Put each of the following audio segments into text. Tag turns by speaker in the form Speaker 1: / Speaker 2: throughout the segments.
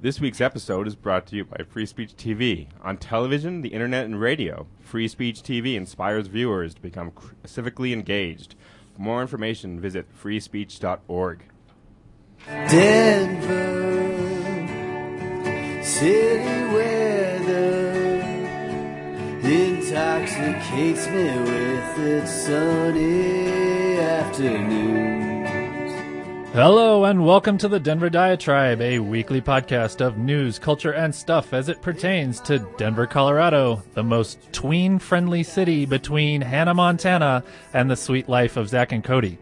Speaker 1: This week's episode is brought to you by Free Speech TV. On television, the internet, and radio, Free Speech TV inspires viewers to become cr- civically engaged. For more information, visit freespeech.org.
Speaker 2: Denver, city weather intoxicates me with its sunny afternoons.
Speaker 3: Hello and welcome to the Denver Diatribe, a weekly podcast of news, culture, and stuff as it pertains to Denver, Colorado, the most tween friendly city between Hannah, Montana, and the sweet life of Zach and Cody.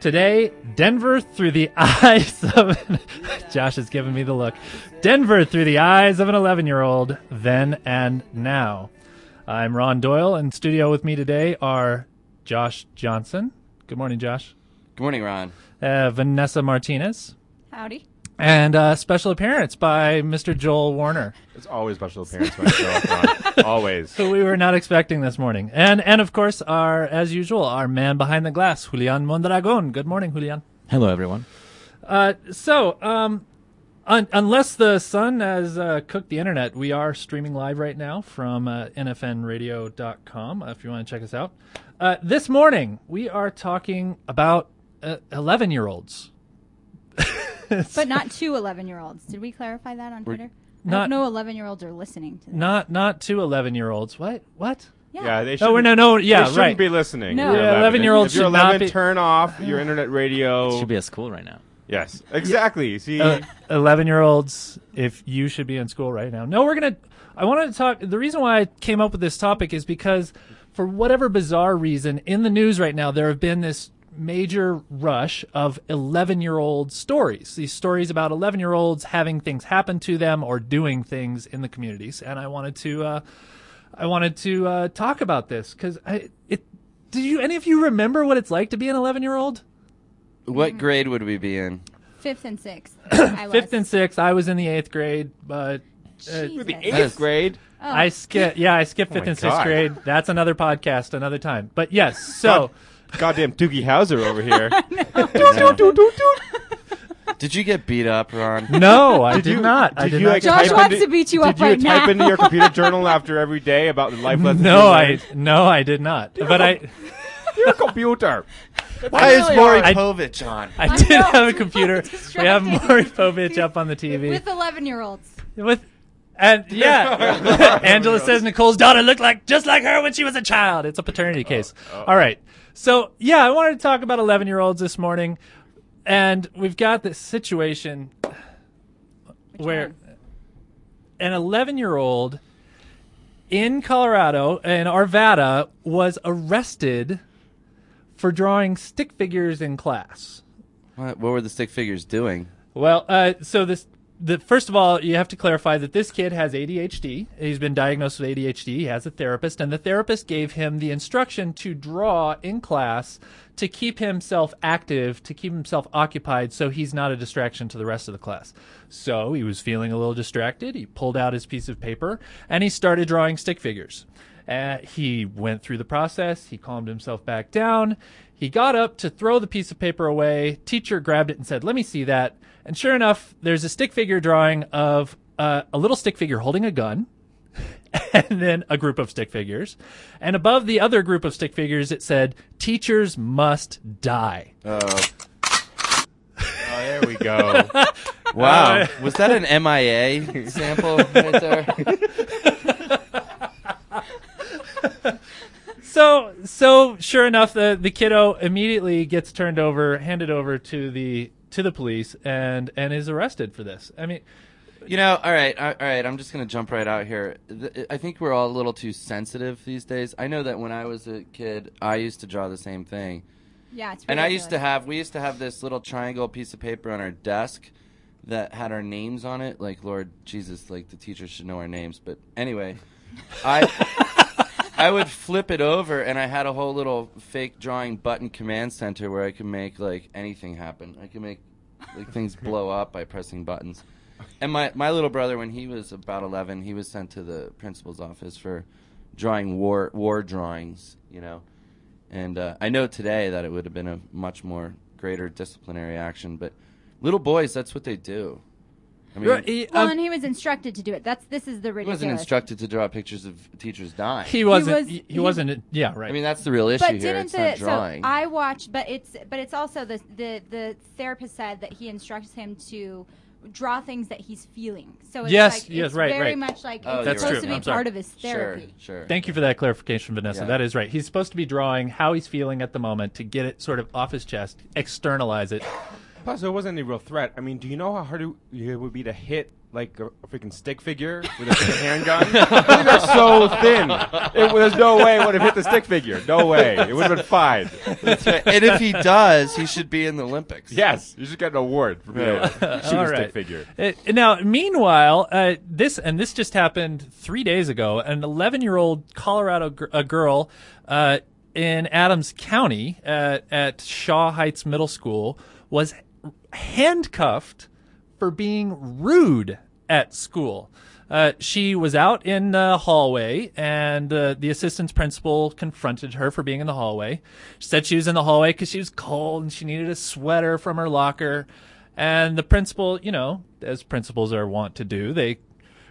Speaker 3: Today, Denver through the eyes of. An, Josh has given me the look. Denver through the eyes of an 11 year old, then and now. I'm Ron Doyle, and studio with me today are Josh Johnson. Good morning, Josh.
Speaker 4: Good morning, Ron.
Speaker 3: Uh, Vanessa Martinez.
Speaker 5: Howdy.
Speaker 3: And uh, special appearance by Mr. Joel Warner,
Speaker 1: It's always special appearance when I show up, Ron. Always.
Speaker 3: who we were not expecting this morning. And and of course, our as usual, our man behind the glass, Julian Mondragon. Good morning, Julian.
Speaker 4: Hello, everyone.
Speaker 3: Uh, so, um, un- unless the sun has uh, cooked the internet, we are streaming live right now from uh, nfnradio.com uh, if you want to check us out. Uh, this morning, we are talking about uh, 11 year olds.
Speaker 5: But not two 11 year olds. Did we clarify that on Twitter? I
Speaker 3: not-
Speaker 5: don't know 11 year olds are listening to this.
Speaker 3: Not not two 11 year olds. What? What?
Speaker 1: Yeah, they
Speaker 3: No,
Speaker 1: shouldn't-
Speaker 3: no, no, yeah,
Speaker 1: they shouldn't
Speaker 3: right.
Speaker 1: be listening.
Speaker 5: No.
Speaker 1: if you're
Speaker 5: Yeah,
Speaker 3: 11-year-olds
Speaker 1: If you're
Speaker 3: should not
Speaker 1: 11,
Speaker 3: be-
Speaker 1: turn off your internet radio.
Speaker 4: Should be at school right now.
Speaker 1: yes, exactly. See,
Speaker 3: Uh, 11 year olds if you should be in school right now no we're gonna i wanted to talk the reason why i came up with this topic is because for whatever bizarre reason in the news right now there have been this major rush of 11 year old stories these stories about 11 year olds having things happen to them or doing things in the communities and i wanted to uh i wanted to uh talk about this because i it did you any of you remember what it's like to be an 11 year old
Speaker 4: What grade would we be in?
Speaker 5: Fifth and sixth. I was.
Speaker 3: fifth and sixth i was in the eighth grade but
Speaker 5: Jesus.
Speaker 1: with the
Speaker 4: That
Speaker 1: eighth
Speaker 4: is-
Speaker 1: grade.
Speaker 5: Oh,
Speaker 3: I skip. Yeah, I skipped fifth
Speaker 1: my
Speaker 3: and sixth
Speaker 1: God.
Speaker 3: grade. That's another podcast, another time. But yes, so
Speaker 1: Goddamn Doogie Howser over here.
Speaker 4: Did you get beat up, Ron?
Speaker 3: no, I did,
Speaker 1: you-
Speaker 3: not. I
Speaker 1: did
Speaker 3: did
Speaker 1: you,
Speaker 3: not.
Speaker 1: like,
Speaker 5: Josh
Speaker 1: type
Speaker 5: wants
Speaker 1: into-
Speaker 5: to beat you
Speaker 1: did
Speaker 5: up right
Speaker 1: you type
Speaker 5: now.
Speaker 1: into your computer journal after every day about the life lessons? you
Speaker 3: no, I
Speaker 1: learned?
Speaker 3: no, I did not. But I
Speaker 1: Your computer.
Speaker 4: Why is Maury
Speaker 3: I-
Speaker 4: Povich on?
Speaker 3: I did
Speaker 5: know.
Speaker 3: have a computer. We have
Speaker 5: Distracting.
Speaker 3: Maury Povich up on the TV
Speaker 5: with 11 year olds.
Speaker 3: with and yeah, Angela says Nicole's daughter looked like just like her when she was a child. It's a paternity case. All right, so yeah, I wanted to talk about eleven-year-olds this morning, and we've got this situation where an 11-year-old in Colorado in Arvada was arrested for drawing stick figures in class.
Speaker 4: What, what were the stick figures doing?
Speaker 3: Well, uh, so this, the first of all, you have to clarify that this kid has ADHD. He's been diagnosed with ADHD. He has a therapist, and the therapist gave him the instruction to draw in class to keep himself active, to keep himself occupied, so he's not a distraction to the rest of the class. So he was feeling a little distracted. He pulled out his piece of paper and he started drawing stick figures. Uh, he went through the process. He calmed himself back down. He got up to throw the piece of paper away. Teacher grabbed it and said, Let me see that. And sure enough, there's a stick figure drawing of uh, a little stick figure holding a gun, and then a group of stick figures. And above the other group of stick figures, it said, Teachers must die.
Speaker 1: Oh, there we go.
Speaker 4: Wow. was that an MIA sample right there?
Speaker 3: So, so sure enough, the, the kiddo immediately gets turned over, handed over to the to the police, and and is arrested for this. I mean,
Speaker 4: You know, all right, all all right. I'm just gonna jump right out here. Th- I think we're all a little too sensitive these days. I know that when I was a kid, I used to draw the same thing,
Speaker 5: Yeah, it's
Speaker 4: and I used to
Speaker 5: ridiculous.
Speaker 4: have we used to have this little triangle piece of paper on our desk that had our names on it. Like, Lord Jesus, like the teachers should know our names. But anyway, I I would flip it over, and I had a whole little fake drawing button command center where I could make like anything happen. I could make like things blow up by pressing buttons. And my my little brother, when he was about eleven, he was sent to the principal's office for drawing war war drawings. You know, and uh, I know today that it would have been a much more greater disciplinary action, but little boys, that's what they do. I mean,
Speaker 3: Right,
Speaker 4: he
Speaker 3: he,
Speaker 5: Well,
Speaker 3: um,
Speaker 5: and he was instructed to do it. That's this is the ridiculous.
Speaker 4: wasn't instructed to draw pictures of teachers dying.
Speaker 3: he wasn't.
Speaker 5: was-
Speaker 3: he,
Speaker 5: he-
Speaker 3: wasn't. Yeah, right.
Speaker 4: I mean, that's the real issue
Speaker 5: But
Speaker 4: here.
Speaker 5: didn't
Speaker 4: it's not
Speaker 5: the so
Speaker 4: drawing.
Speaker 5: I watched, but it's but it's also the the the therapist said that he instructs him to draw things that he's feeling. So it's
Speaker 3: Yes,
Speaker 5: like,
Speaker 3: yes,
Speaker 5: it's
Speaker 3: right,
Speaker 5: very
Speaker 3: right.
Speaker 5: much like
Speaker 4: Oh,
Speaker 5: it's
Speaker 4: That's
Speaker 5: supposed
Speaker 4: true.
Speaker 5: to be
Speaker 4: I'm
Speaker 3: sorry.
Speaker 5: part of his
Speaker 4: sure,
Speaker 5: therapy.
Speaker 4: sure.
Speaker 3: Thank you for that clarification, Vanessa.
Speaker 4: Yeah.
Speaker 3: That is right. He's supposed to be drawing how he's feeling at the moment to get it sort of off his chest, externalize it.
Speaker 1: Plus, it wasn't any real threat. I mean, do you know how hard it- it would be to hit like a, a freaking stick figure with a handgun? These are so thin. It, there's no way it would have hit the stick figure. No way. It would have been fine.
Speaker 4: That's right. And if he does, he should be in the Olympics.
Speaker 1: Yes, you should get an award for being able to shoot
Speaker 3: All
Speaker 1: a stick
Speaker 3: right.
Speaker 1: figure.
Speaker 3: Uh, now, meanwhile, uh, this and this just happened three days ago. An 11 year old Colorado gr- a girl uh, in Adams County at, at Shaw Heights Middle School was handcuffed for being rude at school. Uh, she was out in the hallway, and uh, the assistant principal confronted her for being in the hallway. She said she was in the hallway because she was cold and she needed a sweater from her locker. And the principal, you know, as principals are wont to do, they,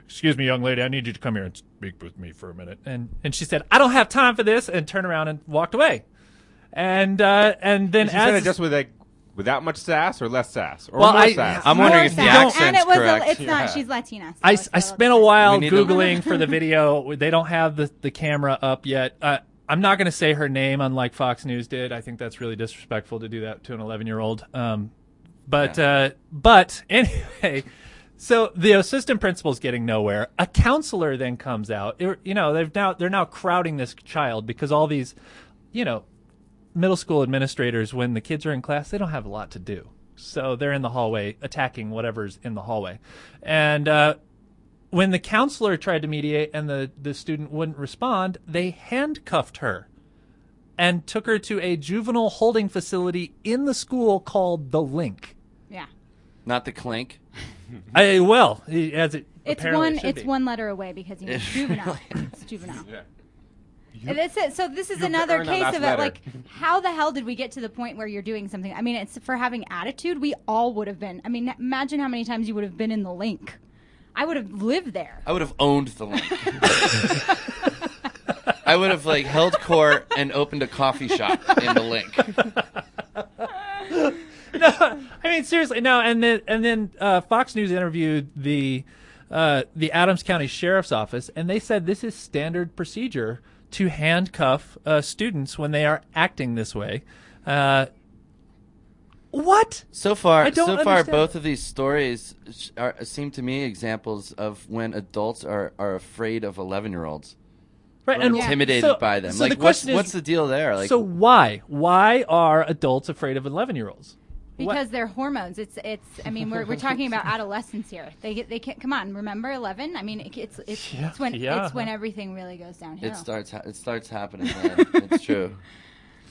Speaker 3: excuse me, young lady, I need you to come here and speak with me for a minute. And and she said, I don't have time for this, and turned around and walked away. And uh, and then
Speaker 1: She
Speaker 3: as
Speaker 1: said it just with like without much sass or less sass or
Speaker 3: Well,
Speaker 1: more
Speaker 3: I-
Speaker 1: sass.
Speaker 4: I'm wondering if the
Speaker 5: More sad. and
Speaker 4: accent's
Speaker 5: it was
Speaker 4: correct.
Speaker 5: A, it's
Speaker 1: Yeah.
Speaker 5: not. She's Latina. so
Speaker 3: I,
Speaker 5: it's
Speaker 3: I spent
Speaker 5: little
Speaker 3: a
Speaker 5: different.
Speaker 3: while
Speaker 4: We need to-
Speaker 3: googling for the video. They don't have the, the camera up yet. Uh, I'm not going to say her name, unlike Fox News did. I think that's really disrespectful to do that to an 11 year old. Um, but uh, but anyway, so the assistant principal's getting nowhere. A counselor then comes out. It- you know, they've now they're now crowding this child because all these, you know, middle school administrators when the kids are in class they don't have a lot to do so they're in the hallway attacking whatever's in the hallway and uh, when the counselor tried to mediate and the, the student wouldn't respond they handcuffed her and took her to a juvenile holding facility in the school called the link
Speaker 5: Yeah.
Speaker 4: Not the clink.
Speaker 3: I, well as it
Speaker 5: It's
Speaker 3: apparently
Speaker 5: one.
Speaker 3: should
Speaker 5: It's
Speaker 3: be.
Speaker 5: one letter away because he was juvenile. It's juvenile.
Speaker 1: Yeah.
Speaker 5: And it's it. So this is
Speaker 1: you
Speaker 5: another
Speaker 1: earned that
Speaker 5: case
Speaker 1: last
Speaker 5: of it.
Speaker 1: letter.
Speaker 5: Like, how the hell did we get to the point where you're doing something? I mean, it's for having attitude. We all would have been. I mean, imagine how many times you would have been in the link. I would have lived there.
Speaker 4: I would have owned the link. I would have like held court and opened a coffee shop in the link.
Speaker 3: I mean, seriously, no. And then and then uh, Fox News interviewed the uh, the Adams County Sheriff's Office, and they said this is standard procedure to handcuff uh, students when they are acting this way. Uh, what?
Speaker 4: So far,
Speaker 3: I don't
Speaker 4: so far,
Speaker 3: understand.
Speaker 4: both of these stories sh- are, seem to me examples of when adults are, are afraid of eleven-year-olds,
Speaker 3: Right? And
Speaker 4: intimidated
Speaker 3: so-
Speaker 4: by them.
Speaker 3: So
Speaker 4: like,
Speaker 3: the question
Speaker 4: what's, what's
Speaker 3: is,
Speaker 4: the deal there? Like,
Speaker 3: so why why are adults afraid of eleven year olds?
Speaker 5: because their hormones. It's it's. I mean, we're, we're talking about adolescence here. They get they can't. Come on, remember eleven? I mean, it, it's it's,
Speaker 3: Yeah,
Speaker 5: it's when
Speaker 3: yeah.
Speaker 5: it's when everything really goes downhill.
Speaker 4: it starts. Ha- it starts happening. man. it's true.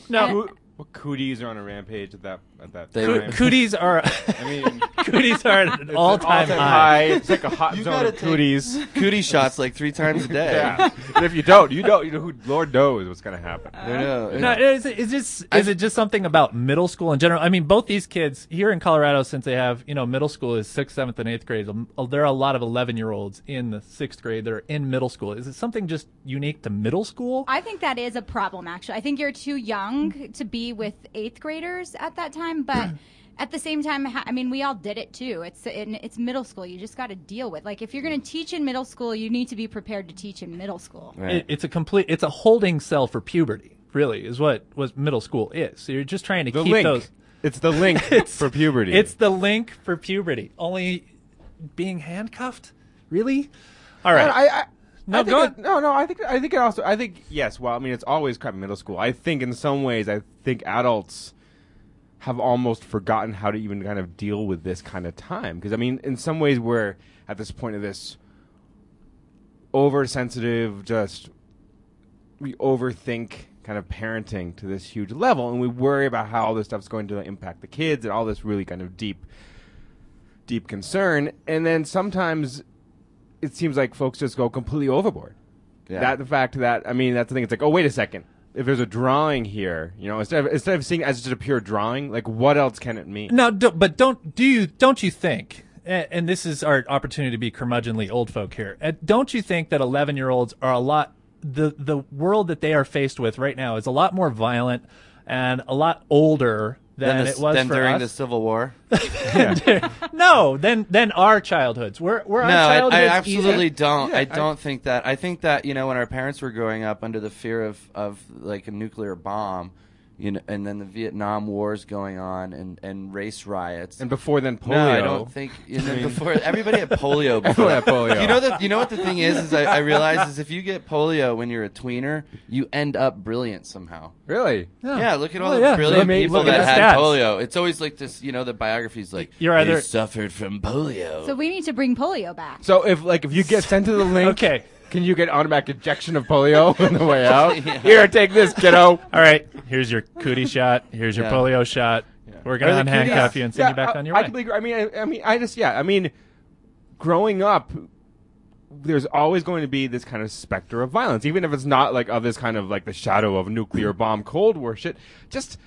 Speaker 3: No,
Speaker 1: Coo- what cooties are on a rampage at that at that
Speaker 4: They
Speaker 1: time?
Speaker 4: were-
Speaker 3: cooties are
Speaker 1: I mean,
Speaker 3: cooties are at an all time high.
Speaker 1: high. It's like a hot
Speaker 4: You
Speaker 1: zone
Speaker 4: gotta
Speaker 1: of
Speaker 4: take-
Speaker 1: cooties.
Speaker 4: Cootie shots like three times a day.
Speaker 1: Yeah. and if you don't, you don't. You know who? Lord knows what's gonna happen.
Speaker 3: Uh,
Speaker 4: I know.
Speaker 3: No, is it, is this is
Speaker 4: I-
Speaker 3: it just something about middle school in general? I mean, both these kids here in Colorado, since they have you know middle school is sixth, seventh, and eighth grade. um, There are a lot of eleven year olds in the sixth grade that are in middle school. Is it something just unique to middle school?
Speaker 5: I think that is a problem, actually. I think you're too young to be with eighth graders at that time, but at the same time, ha- I mean, we all did it too. It's in, it's middle school. You just got to deal with. Like, if you're going to teach in middle school, you need to be prepared to teach in middle school.
Speaker 4: Right.
Speaker 3: It, it's a complete. It's a holding cell for puberty. Really, is what was middle school is. So you're just trying to
Speaker 1: The
Speaker 3: keep
Speaker 1: link.
Speaker 3: those.
Speaker 1: It's the link for puberty.
Speaker 3: It's the link for puberty. Only being handcuffed. Really? All right.
Speaker 1: I, I,
Speaker 3: No,
Speaker 1: I think
Speaker 3: go
Speaker 1: it-
Speaker 3: on.
Speaker 1: no, no. I think I think it also. I think yes. Well, I mean, it's always kind of middle school. I think in some ways, I think adults have almost forgotten how to even kind of deal with this kind of time. Because I mean, in some ways, we're at this point of this oversensitive, just we overthink kind of parenting to this huge level, and we worry about how all this stuff's going to impact the kids and all this really kind of deep, deep concern. And then sometimes it seems like folks just go completely overboard.
Speaker 4: Yeah.
Speaker 1: That the fact that I mean that's the thing. It's like, oh wait a second. If there's a drawing here, you know, instead of instead of seeing it as just a pure drawing, like what else can it mean?
Speaker 3: Now, do, but don't do you don't you think? and, and this is our opportunity to be curmudgeonly old folk here. Uh, don't you think that 11 year olds are a lot, the, the world that they are faced with right now is a lot more violent and a lot older than
Speaker 4: the-
Speaker 3: it was
Speaker 4: than
Speaker 3: for
Speaker 4: during
Speaker 3: us?
Speaker 4: the Civil War.
Speaker 3: no, then then our childhoods. We're we're
Speaker 4: no,
Speaker 3: our
Speaker 4: I,
Speaker 3: childhoods.
Speaker 4: I absolutely
Speaker 3: easier?
Speaker 4: don't. I don't think that. I think that you know when our parents were growing up under the fear of of like a nuclear bomb, you know, and then the Vietnam Wars going on and and race riots.
Speaker 1: And before then, polio.
Speaker 4: no, I don't think. You know, before everybody had polio. Before.
Speaker 1: had polio.
Speaker 4: You know that. You know what the thing is? Is I, I realize is if you get polio when you're a tweener, you end up brilliant somehow.
Speaker 1: Really?
Speaker 4: Yeah, look at all
Speaker 3: Well,
Speaker 4: the
Speaker 3: yeah.
Speaker 4: brilliant
Speaker 3: I mean,
Speaker 4: people
Speaker 3: look at
Speaker 4: that
Speaker 3: the
Speaker 4: had
Speaker 3: stats.
Speaker 4: polio. It's always like this, you know, the biography's like,
Speaker 3: You're
Speaker 4: "They
Speaker 3: either-
Speaker 4: suffered from polio.
Speaker 5: So we need to bring polio back.
Speaker 1: So if like if you get sent to the link,
Speaker 3: Okay.
Speaker 1: can you get automatic ejection of polio on the way out? Here, take this, kiddo.
Speaker 3: All right, here's your cootie shot. Here's your
Speaker 4: Yeah.
Speaker 3: polio shot. We're gonna
Speaker 1: Are the cuties-
Speaker 3: unhandcuff you and send
Speaker 1: yeah,
Speaker 3: you back
Speaker 1: I,
Speaker 3: on your
Speaker 1: I
Speaker 3: way.
Speaker 1: completely agree. I mean, I, I mean, I just yeah. I mean, growing up, there's always going to be this kind of specter of violence, even if it's not like of this kind of like the shadow of nuclear bomb, Cold War shit. Just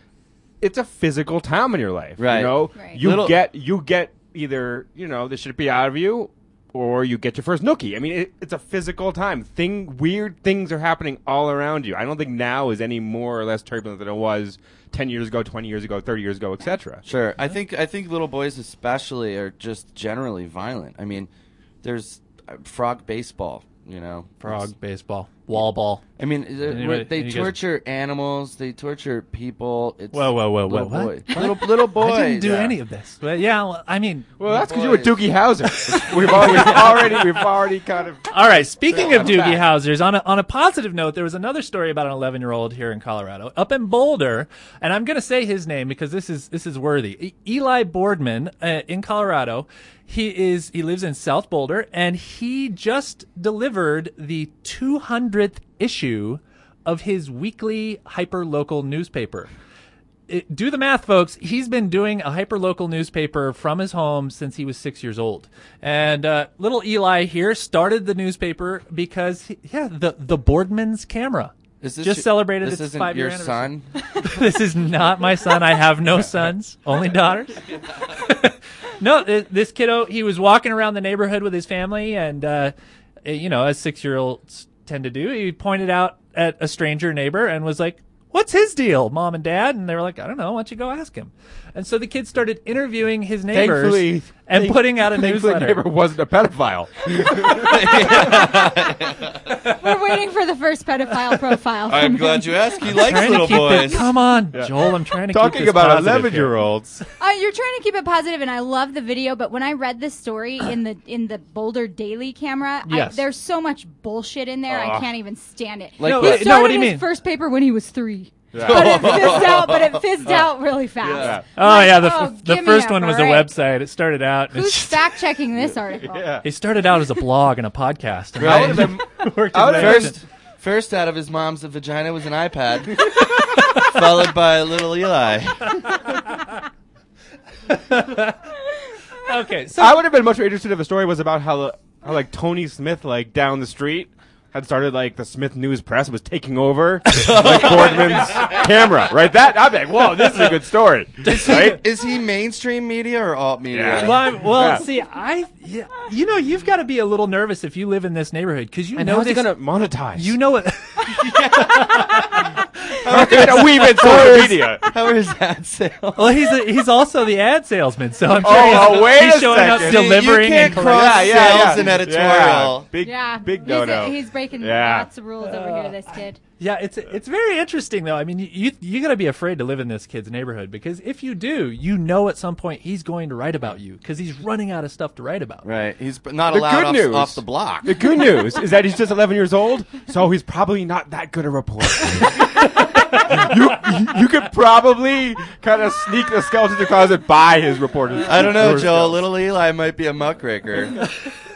Speaker 1: it's a physical time in your life,
Speaker 4: Right.
Speaker 1: You know,
Speaker 5: Right.
Speaker 1: you
Speaker 4: Little-
Speaker 1: get you get either you know this should be out of you. Or you get your first nookie. I mean, it, it's a physical time. Thing weird things are happening all around you. I don't think now is any more or less turbulent than it was ten years ago, twenty years ago, thirty years ago, etc.
Speaker 4: Sure. I think I think little boys especially are just generally violent. I mean, there's uh, frog baseball, you know. It's-
Speaker 3: Frog, baseball, wall ball.
Speaker 4: I mean, they're-
Speaker 3: Anyway,
Speaker 4: they
Speaker 3: you guys-
Speaker 4: torture animals, they torture people. It's
Speaker 3: Whoa, whoa, whoa, whoa!
Speaker 4: little
Speaker 3: What?
Speaker 4: boy. Little little boy.
Speaker 3: I didn't do
Speaker 4: Yeah.
Speaker 3: any of this. But yeah, well, I mean,
Speaker 1: Well, that's because you were
Speaker 4: Boys.
Speaker 1: Doogie Howser. We've already, we've already, we've already kind of.
Speaker 3: all right. Speaking of
Speaker 1: I'm
Speaker 3: Doogie
Speaker 1: back.
Speaker 3: Housers, on a, on a positive note, there was another story about an 11 year old here in Colorado, up in Boulder, and I'm going to say his name because this is this is worthy. E- Eli Boardman uh, in Colorado. He is he lives in South Boulder, and he just delivered the 200th issue of his weekly hyperlocal newspaper. it, do the math, folks. He's been doing a hyperlocal newspaper from his home since he was six years old. And uh, little Eli here started the newspaper because, he, yeah, the the Boardman's camera
Speaker 4: Is this
Speaker 3: just
Speaker 4: your-
Speaker 3: celebrated
Speaker 4: this
Speaker 3: its
Speaker 4: isn't
Speaker 3: five
Speaker 4: your
Speaker 3: year
Speaker 4: son.
Speaker 3: this is not my son. I have no sons, only daughters. no, th- this kiddo, he was walking around the neighborhood with his family, and uh, eh, you know, as six-year-olds tend to do, he pointed out at a stranger neighbor and was like. What's his deal, mom and dad? And they were like, I don't know. Why don't you go ask him? And so the kid started interviewing his neighbors
Speaker 1: Thankfully,
Speaker 3: and
Speaker 1: thank-
Speaker 3: putting out a
Speaker 1: Thankfully,
Speaker 3: newsletter.
Speaker 1: neighbor wasn't a pedophile.
Speaker 5: We're waiting for the first pedophile profile.
Speaker 4: I'm
Speaker 5: from
Speaker 4: glad
Speaker 5: him.
Speaker 4: you asked. He
Speaker 3: I'm
Speaker 4: likes
Speaker 3: trying to
Speaker 4: little
Speaker 3: keep
Speaker 4: boys.
Speaker 3: it. Come on, Joel. I'm trying to keep
Speaker 1: Talking
Speaker 3: this
Speaker 1: about
Speaker 3: positive here.
Speaker 1: eleven-year-olds.
Speaker 5: Uh, you're trying to keep it positive, and I love the video. But when I read this story in the in the Boulder Daily Camera,
Speaker 3: Yes.
Speaker 5: I, there's so much bullshit in there. I
Speaker 1: Ugh.
Speaker 5: can't even stand it.
Speaker 4: Like
Speaker 3: No,
Speaker 5: he
Speaker 3: wait,
Speaker 5: started
Speaker 3: no, what do you
Speaker 5: his
Speaker 3: mean?
Speaker 5: first paper when he was three. But it fizzed out. But it fizzed out really fast.
Speaker 3: Oh
Speaker 5: Like,
Speaker 3: yeah, the,
Speaker 5: oh,
Speaker 3: f the
Speaker 5: give me
Speaker 3: first
Speaker 5: a
Speaker 3: one was
Speaker 5: break.
Speaker 3: a website. It started out. and
Speaker 5: Who's
Speaker 3: it's-
Speaker 5: fact checking this article?
Speaker 3: It started out as a blog and a podcast. And
Speaker 4: Right.
Speaker 3: then it worked
Speaker 1: I would've
Speaker 3: its way up
Speaker 4: First, first out of his mom's vagina was an iPad, followed by little Eli.
Speaker 3: to- okay, so
Speaker 1: I would have been much more interested if the story was about how, how like Tony Smith, like down the street, had started like the Smith News Press was taking over like Boardman's camera. Right? That I'd be like, whoa, this is a good story. Right?
Speaker 4: Is he mainstream media or alt media?
Speaker 1: Yeah.
Speaker 3: well, I'm- well,
Speaker 1: Yeah.
Speaker 3: see, I, yeah, you know, you've got to be a little nervous if you live in this neighborhood because you
Speaker 1: And
Speaker 3: know
Speaker 1: how's he
Speaker 3: this.
Speaker 1: gonna monetize?
Speaker 3: you know it.
Speaker 1: a wee bit social media.
Speaker 4: How is that sale?
Speaker 3: Well, he's a, he's also the ad salesman, so I'm sure
Speaker 1: Oh,
Speaker 3: he's,
Speaker 1: oh, wait
Speaker 3: he's
Speaker 1: a
Speaker 3: showing up
Speaker 1: second. You-
Speaker 3: delivering
Speaker 4: you can't
Speaker 3: and
Speaker 4: cross
Speaker 3: collecting.
Speaker 4: sales and editorial.
Speaker 1: Yeah. Big,
Speaker 5: Yeah,
Speaker 1: big
Speaker 5: he's,
Speaker 1: no no.
Speaker 5: he's breaking
Speaker 1: Yeah.
Speaker 5: lots of rules over here. This kid.
Speaker 3: Yeah, it's it's very interesting though. I mean, you you, you got to be afraid to live in this kid's neighborhood because if you do, you know at some point he's going to write about you because he's running out of stuff to write about.
Speaker 4: Right, he's not
Speaker 1: The
Speaker 4: allowed
Speaker 1: good
Speaker 4: off,
Speaker 1: news-
Speaker 4: off the block.
Speaker 1: The good news is that he's just 11 years old, so he's probably not that good a reporter. you, you could probably kind of sneak the skeleton to the closet by his reporter.
Speaker 4: I don't know,
Speaker 1: reporter
Speaker 4: Joel.
Speaker 1: skills.
Speaker 4: Little Eli might be a muckraker.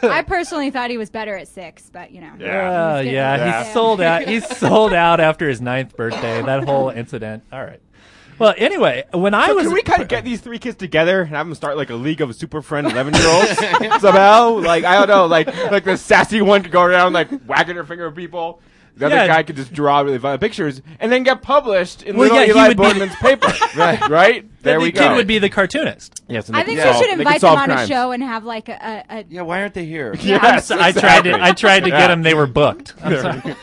Speaker 5: I personally thought he was better at six, but you know.
Speaker 1: Yeah.
Speaker 3: Oh
Speaker 5: He's getting
Speaker 3: yeah,
Speaker 5: old.
Speaker 3: he
Speaker 5: Yeah.
Speaker 3: sold out. He sold out after his ninth birthday. That whole incident. All right. Well, anyway, when I was
Speaker 1: Can we kind of get these three kids together and have them start like a league of super friend 11 year olds somehow? Like, I don't know, like, like the sassy one could go around like wagging her finger at people. The other
Speaker 3: Yeah.
Speaker 1: guy could just draw really violent pictures and then get published in
Speaker 3: Well,
Speaker 1: little
Speaker 3: yeah, he
Speaker 1: Eli
Speaker 3: would be-
Speaker 1: Boardman's paper. right, right. There
Speaker 3: the
Speaker 1: we
Speaker 3: kid
Speaker 1: go.
Speaker 3: would be the cartoonist.
Speaker 1: Yes, and
Speaker 5: I
Speaker 1: they
Speaker 5: think
Speaker 1: could
Speaker 5: we
Speaker 1: solve-
Speaker 5: should
Speaker 1: they could
Speaker 5: invite them
Speaker 1: solve
Speaker 5: on a
Speaker 1: crimes.
Speaker 5: show and have like a. a, a
Speaker 4: Yeah, why aren't they here?
Speaker 5: Yeah.
Speaker 3: I'm so- I tried to. I tried to get
Speaker 1: Yeah.
Speaker 3: them. They were booked. I'm sorry.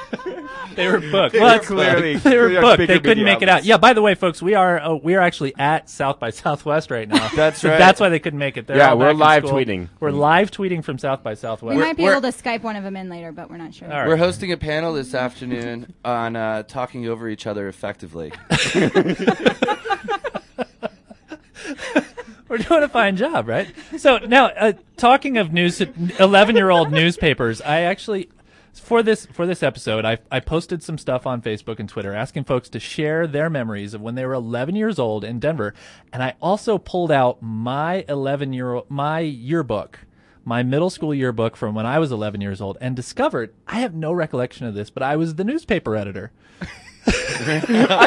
Speaker 3: they were booked. Well,
Speaker 1: were
Speaker 3: it's-
Speaker 1: clearly-
Speaker 3: they were
Speaker 1: clearly on
Speaker 3: booked. They
Speaker 1: bigger
Speaker 3: couldn't
Speaker 1: media
Speaker 3: make it out.
Speaker 1: outlets.
Speaker 3: Yeah. By the way, folks, we are uh, we are actually at South by Southwest right now.
Speaker 4: That's
Speaker 3: so
Speaker 4: right.
Speaker 3: That's why they couldn't make it. They're
Speaker 1: Yeah,
Speaker 3: all
Speaker 1: we're
Speaker 3: back in
Speaker 1: live
Speaker 3: school.
Speaker 1: tweeting.
Speaker 3: We're live tweeting from South by
Speaker 5: we
Speaker 3: Southwest.
Speaker 5: might be
Speaker 4: we're-
Speaker 5: able to Skype one of them in later, but we're not sure.
Speaker 3: All right.
Speaker 4: We're hosting a panel this afternoon on uh, talking over each other effectively.
Speaker 3: We're doing a fine job, right? So now, uh, talking of news, eleven-year-old newspapers. I actually, for this for this episode, I I posted some stuff on Facebook and Twitter asking folks to share their memories of when they were eleven years old in Denver, and I also pulled out my eleven-year-old my yearbook. My middle school yearbook from when I was 11 years old, and discovered I have no recollection of this, but I was the newspaper editor.
Speaker 1: I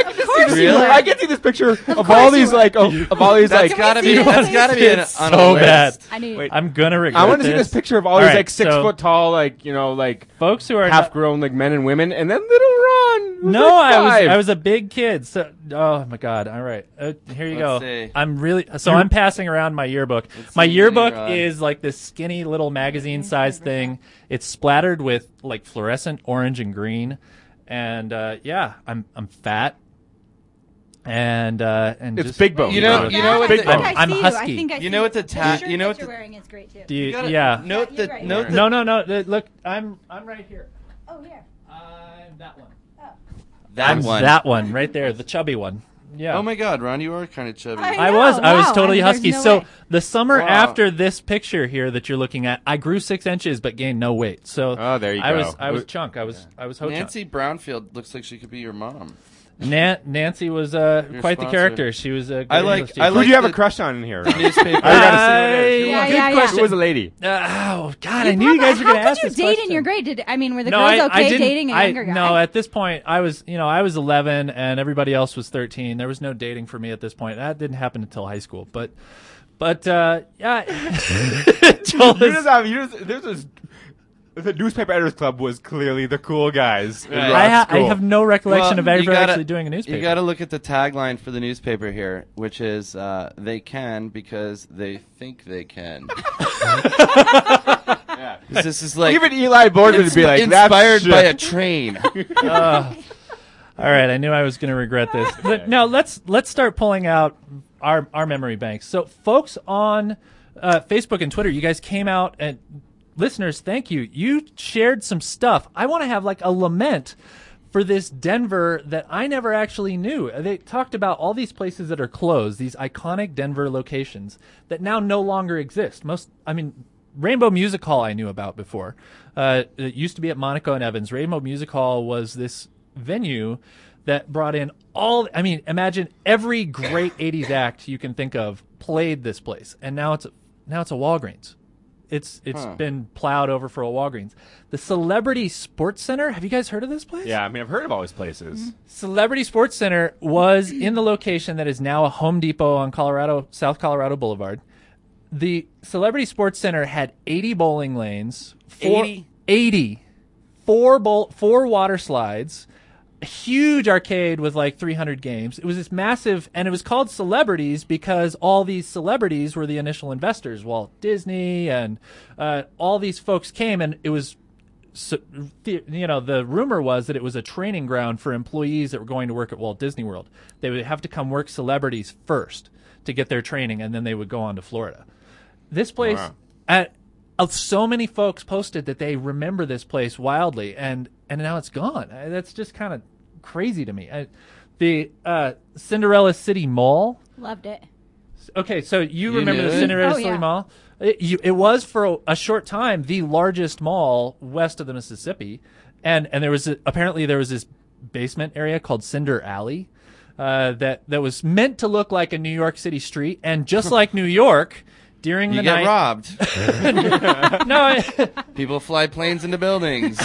Speaker 1: can just see this, I can see this picture of, all
Speaker 5: course
Speaker 1: these
Speaker 5: you
Speaker 1: like of, of all these
Speaker 4: That's
Speaker 1: like.
Speaker 4: gotta be.
Speaker 5: see
Speaker 4: That's
Speaker 5: it?
Speaker 4: gotta be an,
Speaker 3: It's
Speaker 4: on a
Speaker 3: so
Speaker 4: list.
Speaker 3: bad.
Speaker 5: I knew.
Speaker 1: Wait.
Speaker 3: I'm gonna regret.
Speaker 1: I want to see this picture of all, these
Speaker 3: right,
Speaker 1: like six
Speaker 3: so-
Speaker 1: foot tall like you know like
Speaker 3: Folks who are
Speaker 1: half
Speaker 3: not-
Speaker 1: grown like men and women, and then little Ron. who's,
Speaker 3: No,
Speaker 1: like,
Speaker 3: I was
Speaker 1: five.
Speaker 3: I was a big kid. So oh my god. All right, uh, here you
Speaker 4: Let's
Speaker 3: go.
Speaker 4: see.
Speaker 3: I'm really so I'm passing around my yearbook.
Speaker 4: Let's
Speaker 3: My
Speaker 4: see,
Speaker 3: yearbook
Speaker 4: Ron.
Speaker 3: is like this skinny little magazine sized thing. It's splattered with like fluorescent orange and green, and uh, yeah, I'm I'm fat, and uh, and
Speaker 1: It's
Speaker 3: just-
Speaker 1: big bone.
Speaker 4: You know-
Speaker 1: Ron.
Speaker 4: you know what
Speaker 5: I
Speaker 4: the-
Speaker 5: think
Speaker 3: I'm-
Speaker 5: I see
Speaker 3: I'm
Speaker 5: you.
Speaker 3: husky.
Speaker 5: I think I
Speaker 4: You
Speaker 5: see
Speaker 4: know what the ta-
Speaker 5: shirt
Speaker 4: you know
Speaker 5: that
Speaker 4: what
Speaker 5: you're
Speaker 4: the-
Speaker 5: wearing is great too.
Speaker 3: Do you-
Speaker 4: You gotta
Speaker 3: yeah.
Speaker 4: Note the
Speaker 5: Right here.
Speaker 4: note the
Speaker 3: No, no, no. uh, Look, I'm I'm right here.
Speaker 5: oh here. Oh.
Speaker 3: I'm that one.
Speaker 4: that
Speaker 3: I'm
Speaker 4: one.
Speaker 3: that one right there, the chubby one. Yeah.
Speaker 4: Oh my God, Ron, you are kind of chubby.
Speaker 5: I-
Speaker 3: I
Speaker 5: know,
Speaker 3: was. I was
Speaker 5: wow,
Speaker 3: totally
Speaker 5: I mean,
Speaker 3: husky.
Speaker 5: there's no
Speaker 3: so
Speaker 5: way.
Speaker 3: the summer
Speaker 4: Wow.
Speaker 3: after this picture here that you're looking at, I grew six inches but gained no weight. So
Speaker 1: Oh, there you
Speaker 3: I
Speaker 1: go.
Speaker 3: was I was
Speaker 1: Wh-
Speaker 3: chunk. I was I was ho
Speaker 4: Nancy
Speaker 3: Nancy.
Speaker 4: Brownfield looks like she could be your mom.
Speaker 3: Nan- Nancy was uh,
Speaker 4: Your
Speaker 3: quite the
Speaker 4: sponsor.
Speaker 3: character. She was a.
Speaker 4: I like-
Speaker 3: English
Speaker 4: I
Speaker 1: Who
Speaker 3: teacher.
Speaker 4: like
Speaker 1: do you have
Speaker 4: the-
Speaker 1: a crush on in here? Ron?
Speaker 4: Newspaper.
Speaker 1: I gotta see.
Speaker 3: I-
Speaker 1: what it is.
Speaker 5: Yeah,
Speaker 3: good
Speaker 5: yeah, yeah.
Speaker 3: question.
Speaker 1: Who was a lady?
Speaker 3: Uh, oh God, I knew you guys were going to
Speaker 5: How
Speaker 3: ask
Speaker 5: could
Speaker 3: this
Speaker 5: you date
Speaker 3: question.
Speaker 5: in your grade? Did I mean were the
Speaker 3: no,
Speaker 5: girls
Speaker 3: I,
Speaker 5: okay
Speaker 3: I didn't,
Speaker 5: dating a
Speaker 3: I-
Speaker 5: younger guy?
Speaker 3: No, at this point, I was, you know, I was 11 and everybody else was 13. There was no dating for me at this point. That didn't happen until high school. But, but, uh, yeah. Joel
Speaker 1: You
Speaker 3: is-
Speaker 1: just have, you just, there's this, the newspaper editors club was clearly the cool guys. in
Speaker 4: Right.
Speaker 1: Ron's
Speaker 3: I, ha- I
Speaker 1: school.
Speaker 3: have no recollection
Speaker 4: Well,
Speaker 3: of
Speaker 4: you
Speaker 3: ever
Speaker 4: gotta-
Speaker 3: actually doing a newspaper.
Speaker 4: You got to look at the tagline for the newspaper here, which is uh, "They can because they think they can."
Speaker 1: Yeah.
Speaker 4: This is like
Speaker 1: Even Eli Boardman would be like,
Speaker 4: inspired
Speaker 1: That's
Speaker 4: by a
Speaker 1: shit."
Speaker 4: train.
Speaker 3: Ugh. all right, I knew I was going to regret this. But now let's let's start pulling out our our memory banks. So, folks on uh, Facebook and Twitter, you guys came out and listeners, thank you. You shared some stuff. I want to have like a lament for this Denver that I never actually knew. They talked about all these places that are closed, these iconic Denver locations that now no longer exist. Most, I mean, Rainbow Music Hall I knew about before. Uh, it used to be at Monaco and Evans. Rainbow Music Hall was this venue that brought in all. I mean, imagine every great '80s act you can think of played this place, and now it's now it's a Walgreens. It's it's been plowed over for a Walgreens. The Celebrity Sports Center. Have you guys heard of this place?
Speaker 1: Yeah, I mean, I've heard of all these places.
Speaker 3: Celebrity Sports Center was in the location that is now a Home Depot on Colorado, South Colorado Boulevard. The Celebrity Sports Center had 80 bowling lanes, four,
Speaker 4: 80?
Speaker 3: 80, four, bowl, four water slides, a huge arcade with like 300 games. It was this massive, and it was called Celebrities because all these celebrities were the initial investors. Walt Disney and uh, all these folks came, and it was so, the, you know, the rumor was that it was a training ground for employees that were going to work at Walt Disney World. They would have to come work celebrities first to get their training, and then they would go on to Florida. This place,
Speaker 1: Wow.
Speaker 3: at, uh, so many folks posted that they remember this place wildly, and and now it's gone. Uh, That's just kind of crazy to me. I, the uh, Cinderella City Mall
Speaker 5: Loved it.
Speaker 3: Okay, so you,
Speaker 4: You
Speaker 3: remember
Speaker 4: knew
Speaker 3: the
Speaker 4: it?
Speaker 3: Cinderella
Speaker 5: Oh,
Speaker 3: City
Speaker 5: yeah.
Speaker 3: Mall? It, you, it was for a, a short time the largest mall west of the Mississippi, and and there was a, apparently there was this basement area called Cinder Alley. Uh, that that was meant to look like a New York City street, and just like New York, during
Speaker 4: You
Speaker 3: the
Speaker 4: get
Speaker 3: night,
Speaker 4: robbed.
Speaker 3: no, it-
Speaker 4: People fly planes into buildings.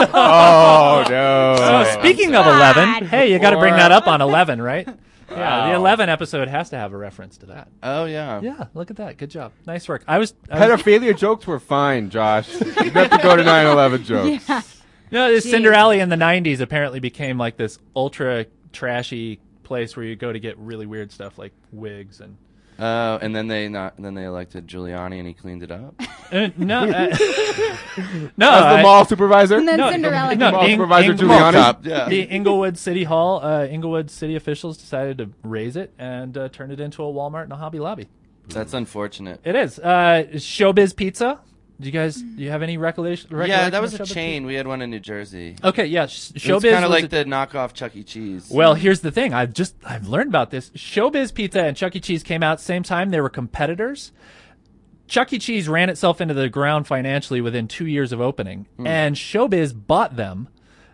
Speaker 1: Oh, no.
Speaker 3: Oh, speaking of eleven,
Speaker 5: God.
Speaker 3: hey, you got to bring
Speaker 4: Or-
Speaker 3: that up on eleven, right? Yeah, the
Speaker 1: Wow.
Speaker 3: eleven episode has to have a reference to that.
Speaker 4: Oh yeah.
Speaker 3: Yeah, look at that, good job, nice work. I was, I was
Speaker 1: Pedophilia jokes were fine, Josh. You have to go to 9 11 jokes.
Speaker 3: No, this
Speaker 5: Jeez.
Speaker 3: Cinder Alley in the '90s apparently became like this ultra trashy place where you go to get really weird stuff like wigs and.
Speaker 4: Oh, and then they not then they elected Giuliani and he cleaned it up.
Speaker 3: Uh, no, uh, no,
Speaker 1: As the
Speaker 3: I-
Speaker 1: mall supervisor?
Speaker 5: And then
Speaker 3: No,
Speaker 5: Cinderella.
Speaker 3: no,
Speaker 5: came-
Speaker 1: mall
Speaker 3: Ing-
Speaker 1: supervisor
Speaker 3: Ing-
Speaker 1: Giuliani?
Speaker 4: Top, yeah.
Speaker 3: the Inglewood City Hall. Uh, Inglewood city officials decided to raise it and uh, turn it into a Walmart and a Hobby Lobby.
Speaker 4: That's unfortunate.
Speaker 3: It is uh, Showbiz Pizza. Do you guys do you have any recollection?
Speaker 4: yeah,
Speaker 3: recollection
Speaker 4: that was
Speaker 3: of
Speaker 4: a
Speaker 3: Showbiz
Speaker 4: chain. We had one in New Jersey.
Speaker 3: Pizza? Okay, yeah, sh- Showbiz.
Speaker 4: it's kind
Speaker 3: was
Speaker 4: of like
Speaker 3: a-
Speaker 4: the knockoff Chuck E. Cheese.
Speaker 3: Well, here's the thing. I've just I've learned about this. Showbiz Pizza and Chuck E. Cheese came out same time. They were competitors. Chuck E. Cheese ran itself into the ground financially within two years of opening,
Speaker 4: Mm.
Speaker 3: and Showbiz bought them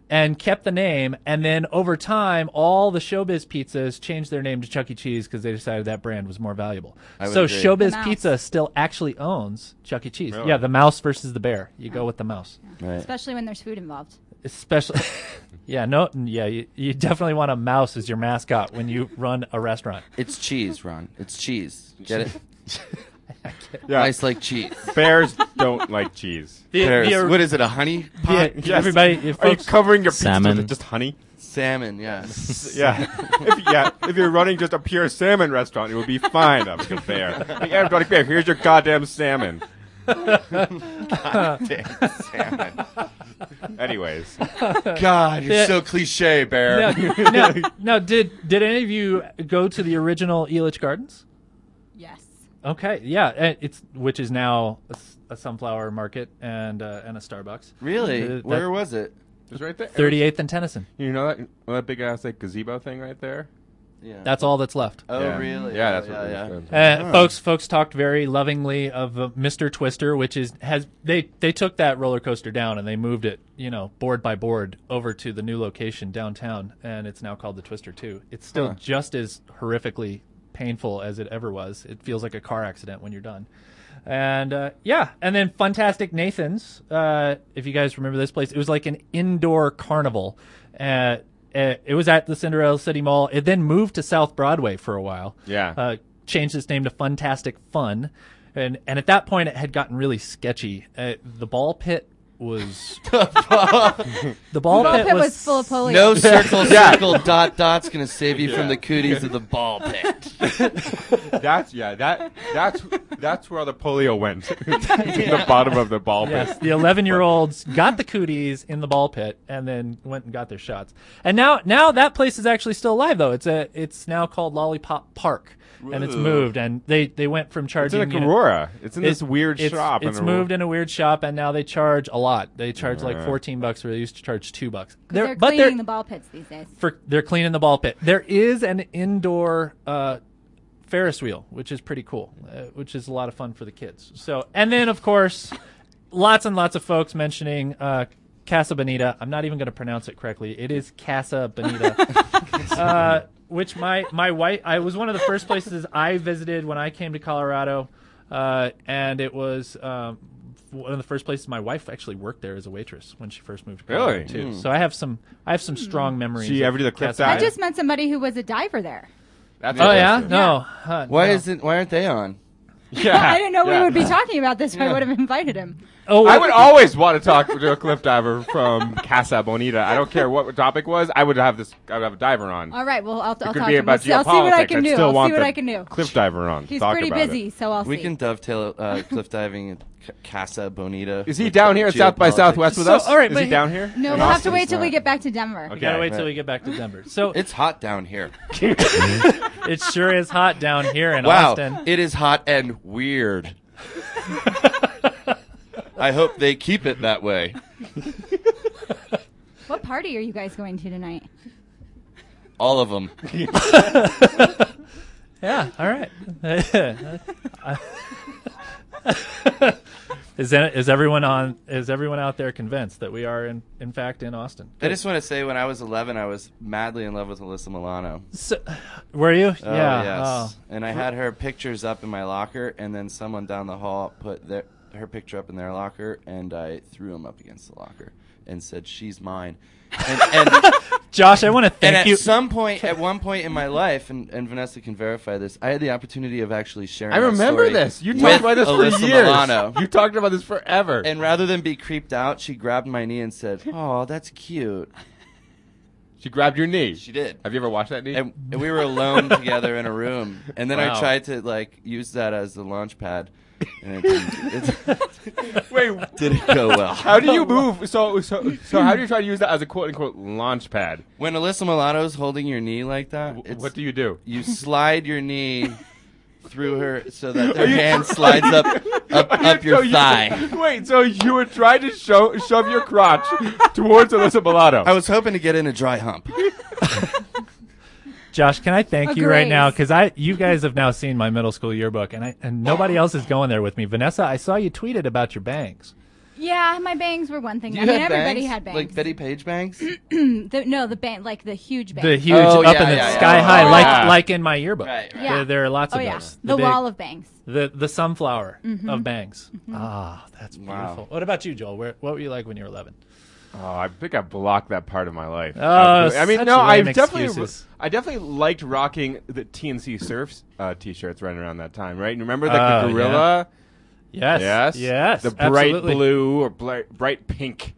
Speaker 3: and kept the name. And then over time, all the Showbiz pizzas changed their name to Chuck E. Cheese because they decided that brand was more valuable.
Speaker 4: would
Speaker 3: So
Speaker 4: agree.
Speaker 5: The
Speaker 3: Showbiz
Speaker 5: mouse.
Speaker 3: Pizza still actually owns Chuck E. Cheese.
Speaker 1: Really?
Speaker 3: Yeah, the mouse versus the bear. You go with the mouse
Speaker 4: right.
Speaker 5: Especially when there's food involved.
Speaker 3: especially yeah no yeah you, you definitely want a mouse as your mascot when you run a restaurant
Speaker 4: it's cheese, Ron. It's cheese. Get it?
Speaker 1: Yeah.
Speaker 4: Nice like cheese.
Speaker 1: Bears don't like cheese.
Speaker 3: the,
Speaker 4: Pears. what is it? A honey pot?
Speaker 3: Yeah. Everybody-
Speaker 1: Are
Speaker 3: folks-
Speaker 1: you covering your pizza
Speaker 6: Salmon.
Speaker 1: with just honey?
Speaker 4: Salmon. Yeah.
Speaker 1: Yeah. if, yeah. If you're running just a pure salmon restaurant, it would be fine up to fair. Like, everybody, fair. Here's your goddamn salmon.
Speaker 4: Damn, salmon.
Speaker 1: Anyways,
Speaker 4: God, you're
Speaker 3: Yeah.
Speaker 4: so cliche, Bear.
Speaker 3: now, now, now, did did any of you go to the original Elitch Gardens?
Speaker 5: Yes.
Speaker 3: Okay, yeah, eh, it's which is now a, s- a sunflower market and uh, and a Starbucks.
Speaker 4: Really?
Speaker 3: Uh, that-
Speaker 4: Where was it?
Speaker 1: it's right there.
Speaker 3: 38th and Tennyson.
Speaker 1: You know that, that big ass like gazebo thing right there.
Speaker 4: Yeah.
Speaker 3: That's all that's left.
Speaker 4: oh,
Speaker 1: yeah.
Speaker 4: really?
Speaker 1: Yeah, that's
Speaker 4: Oh,
Speaker 1: what.
Speaker 4: yeah,
Speaker 1: we
Speaker 4: yeah.
Speaker 1: said.
Speaker 3: Uh, Folks, folks talked very lovingly of uh, Mr. Twister, which is has they they took that roller coaster down and they moved it, you know, board by board over to the new location downtown, and it's now called the Twister Two. It's still
Speaker 4: Huh.
Speaker 3: just as horrifically painful as it ever was. It feels like a car accident when you're done. And uh, yeah, and then Fantastic Nathan's. Uh, if you guys remember this place, it was like an indoor carnival. Uh, uh, it was at the Cinderella City Mall. It then moved to South Broadway for a while
Speaker 1: Yeah.
Speaker 3: uh, changed its name to Funtastic Fun, and and at that point it had gotten really sketchy. Uh, the ball pit was the ball,
Speaker 5: Ball
Speaker 3: pit,
Speaker 5: pit
Speaker 3: was,
Speaker 5: was full of polio.
Speaker 4: No circle, circle, dot, dot's gonna save you from the cooties of the ball pit.
Speaker 1: That's yeah. That that's that's where all the polio went. to the bottom of the ball pit.
Speaker 3: Yes, the eleven-year-olds got the cooties in the ball pit and then went and got their shots. And now, now that place is actually still alive though. It's a, it's now called Lollipop Park, and it's
Speaker 1: Ooh.
Speaker 3: moved. And they, they went from
Speaker 1: It's
Speaker 3: charging
Speaker 1: in like
Speaker 3: you know-
Speaker 1: Aurora. It's in this
Speaker 3: It-
Speaker 1: weird
Speaker 3: it's,
Speaker 1: shop.
Speaker 3: It's
Speaker 1: in Aurora.
Speaker 3: moved in a weird shop, and now they charge a lot. They charge like
Speaker 1: Yeah.
Speaker 3: fourteen bucks where they used to charge two bucks.
Speaker 5: They're,
Speaker 3: They're- but
Speaker 5: cleaning
Speaker 3: they're
Speaker 5: the ball pits these days.
Speaker 3: for they're cleaning the ball pit. There is an indoor uh, Ferris wheel, which is pretty cool, uh, which is a lot of fun for the kids. So, and then of course, lots and lots of folks mentioning uh, Casa Bonita. I'm not even going to pronounce it correctly. It is Casa Bonita. uh, which my my wife I was one of the first places I visited when I came to Colorado, uh, and it was um, one of the first places my wife actually worked there as a waitress when she first moved. To Colorado
Speaker 1: Really?
Speaker 3: Too. So I have some I have some strong memories.
Speaker 1: She
Speaker 3: of
Speaker 1: ever do the cliff
Speaker 3: Casa
Speaker 1: dive?
Speaker 5: I
Speaker 1: Yeah.
Speaker 5: just met somebody who was a diver there.
Speaker 1: That's
Speaker 3: Oh yeah,
Speaker 1: impressive.
Speaker 3: no. Huh,
Speaker 4: Why
Speaker 3: no.
Speaker 4: isn't? Why aren't they on?
Speaker 1: Yeah.
Speaker 5: I didn't know
Speaker 1: yeah.
Speaker 5: we would be talking about this. Or I would have invited him.
Speaker 3: Oh,
Speaker 1: I would always want to talk to a cliff diver from Casa Bonita. I don't care what the topic was. I would have this. I would have a diver on.
Speaker 5: All right. Well, I'll, I'll
Speaker 1: it
Speaker 5: talk
Speaker 1: could
Speaker 5: to
Speaker 1: be
Speaker 5: him. I'll
Speaker 1: about
Speaker 5: see I'll see what I
Speaker 1: geopolitics.
Speaker 5: can do.
Speaker 1: I'd still
Speaker 5: I'll
Speaker 1: want
Speaker 5: see what
Speaker 1: the
Speaker 5: I can do.
Speaker 1: Cliff diver on. to
Speaker 5: He's
Speaker 1: talk
Speaker 5: pretty
Speaker 1: about it.
Speaker 5: busy, so I'll
Speaker 4: We
Speaker 5: see.
Speaker 4: can dovetail uh, cliff diving at C- Casa Bonita.
Speaker 1: Is he
Speaker 4: with
Speaker 1: down here at South by
Speaker 4: geopolitics.
Speaker 1: Southwest with
Speaker 3: So,
Speaker 1: us?
Speaker 3: all right,
Speaker 1: Is
Speaker 3: but-
Speaker 1: he down here?
Speaker 5: no,
Speaker 1: In
Speaker 5: we'll have to
Speaker 1: Austin?
Speaker 5: wait till we
Speaker 4: not.
Speaker 5: get back to Denver.
Speaker 1: Okay.
Speaker 3: gotta wait till we get back to Denver. So
Speaker 4: It's hot down here.
Speaker 3: it sure is hot down here in
Speaker 4: Wow,
Speaker 3: Austin.
Speaker 4: it is hot and weird. I hope they keep it that way.
Speaker 5: What party are you guys going to tonight?
Speaker 4: All of them.
Speaker 3: Yeah, all right. is that, is everyone on is everyone out there convinced that we are in in fact in Austin?
Speaker 4: I just want to say, when I was 11, I was madly in love with Alyssa Milano.
Speaker 3: So, were you?
Speaker 4: Oh,
Speaker 3: yeah.
Speaker 4: yes.
Speaker 3: oh.
Speaker 4: And I had her pictures up in my locker, and then someone down the hall put their, her picture up in their locker, and I threw him up against the locker and said, "She's mine." And, and
Speaker 3: Josh, I want to
Speaker 4: and
Speaker 3: thank
Speaker 4: at
Speaker 3: you.
Speaker 4: some point, at one point in my life, and, and Vanessa can verify this, I had the opportunity of actually sharing.
Speaker 1: I
Speaker 4: that
Speaker 1: remember
Speaker 4: story
Speaker 1: this. You
Speaker 4: with
Speaker 1: talked about this for
Speaker 4: Alyssa
Speaker 1: years.
Speaker 4: Milano.
Speaker 1: You talked about this forever.
Speaker 4: And rather than be creeped out, she grabbed my knee and said, "Oh, that's cute."
Speaker 1: she grabbed your knee.
Speaker 4: She did.
Speaker 1: Have you ever watched that knee?
Speaker 4: And, and we were alone together in a room. And then
Speaker 1: Wow.
Speaker 4: I tried to like use that as the launch pad, and it didn't, it
Speaker 1: Wait,
Speaker 4: didn't go well.
Speaker 1: how do you move? So, so, so, how do you try to use that as a quote unquote launch pad?
Speaker 4: When Alyssa Milano's holding your knee like that,
Speaker 1: W-
Speaker 4: it's,
Speaker 1: what do you do?
Speaker 4: you slide your knee through her so that
Speaker 1: Are
Speaker 4: their
Speaker 1: you-
Speaker 4: hand slides up up, up
Speaker 1: So
Speaker 4: your
Speaker 1: you-
Speaker 4: thigh.
Speaker 1: wait, so you would try to show, shove your crotch towards Alyssa Mulatto.
Speaker 4: I was hoping to get in a dry hump.
Speaker 3: Josh, can I thank
Speaker 5: A
Speaker 3: you right now?
Speaker 5: grace.
Speaker 3: Because I, you guys have now seen my middle school yearbook, and I, and nobody else is going there with me. Vanessa, I saw you tweeted about your bangs.
Speaker 5: Yeah, my bangs were one thing.
Speaker 4: You
Speaker 5: I mean,
Speaker 4: had
Speaker 5: everybody
Speaker 4: bangs?
Speaker 5: had bangs.
Speaker 4: Like Betty Page bangs?
Speaker 5: The- no, the bang, like the huge bang.
Speaker 3: The huge
Speaker 4: Oh,
Speaker 3: up
Speaker 4: yeah,
Speaker 3: in the
Speaker 4: yeah, yeah.
Speaker 3: sky high,
Speaker 1: Oh,
Speaker 3: like
Speaker 1: yeah.
Speaker 3: like in my yearbook.
Speaker 4: Right, right.
Speaker 5: Yeah.
Speaker 3: There, there are lots
Speaker 5: oh
Speaker 3: of
Speaker 5: yeah,
Speaker 3: those.
Speaker 5: the,
Speaker 3: big-
Speaker 5: wall of Mm-hmm. bangs.
Speaker 3: the the sunflower of bangs. Ah, that's
Speaker 4: Wow.
Speaker 3: beautiful. What about you, Joel? Where, what were you like when you were 11?
Speaker 1: Oh, I think I blocked that part of my life.
Speaker 3: Oh,
Speaker 1: Absolutely. I mean,
Speaker 3: such
Speaker 1: no, I
Speaker 3: lame
Speaker 1: definitely,
Speaker 3: excuses.
Speaker 1: I definitely liked rocking the TNC Surfs uh, t-shirts right around that time, right? And remember like
Speaker 3: Oh,
Speaker 1: the gorilla?
Speaker 3: Yes.
Speaker 1: Yes,
Speaker 3: Yes.
Speaker 1: The bright
Speaker 3: absolutely.
Speaker 1: blue or bli- bright pink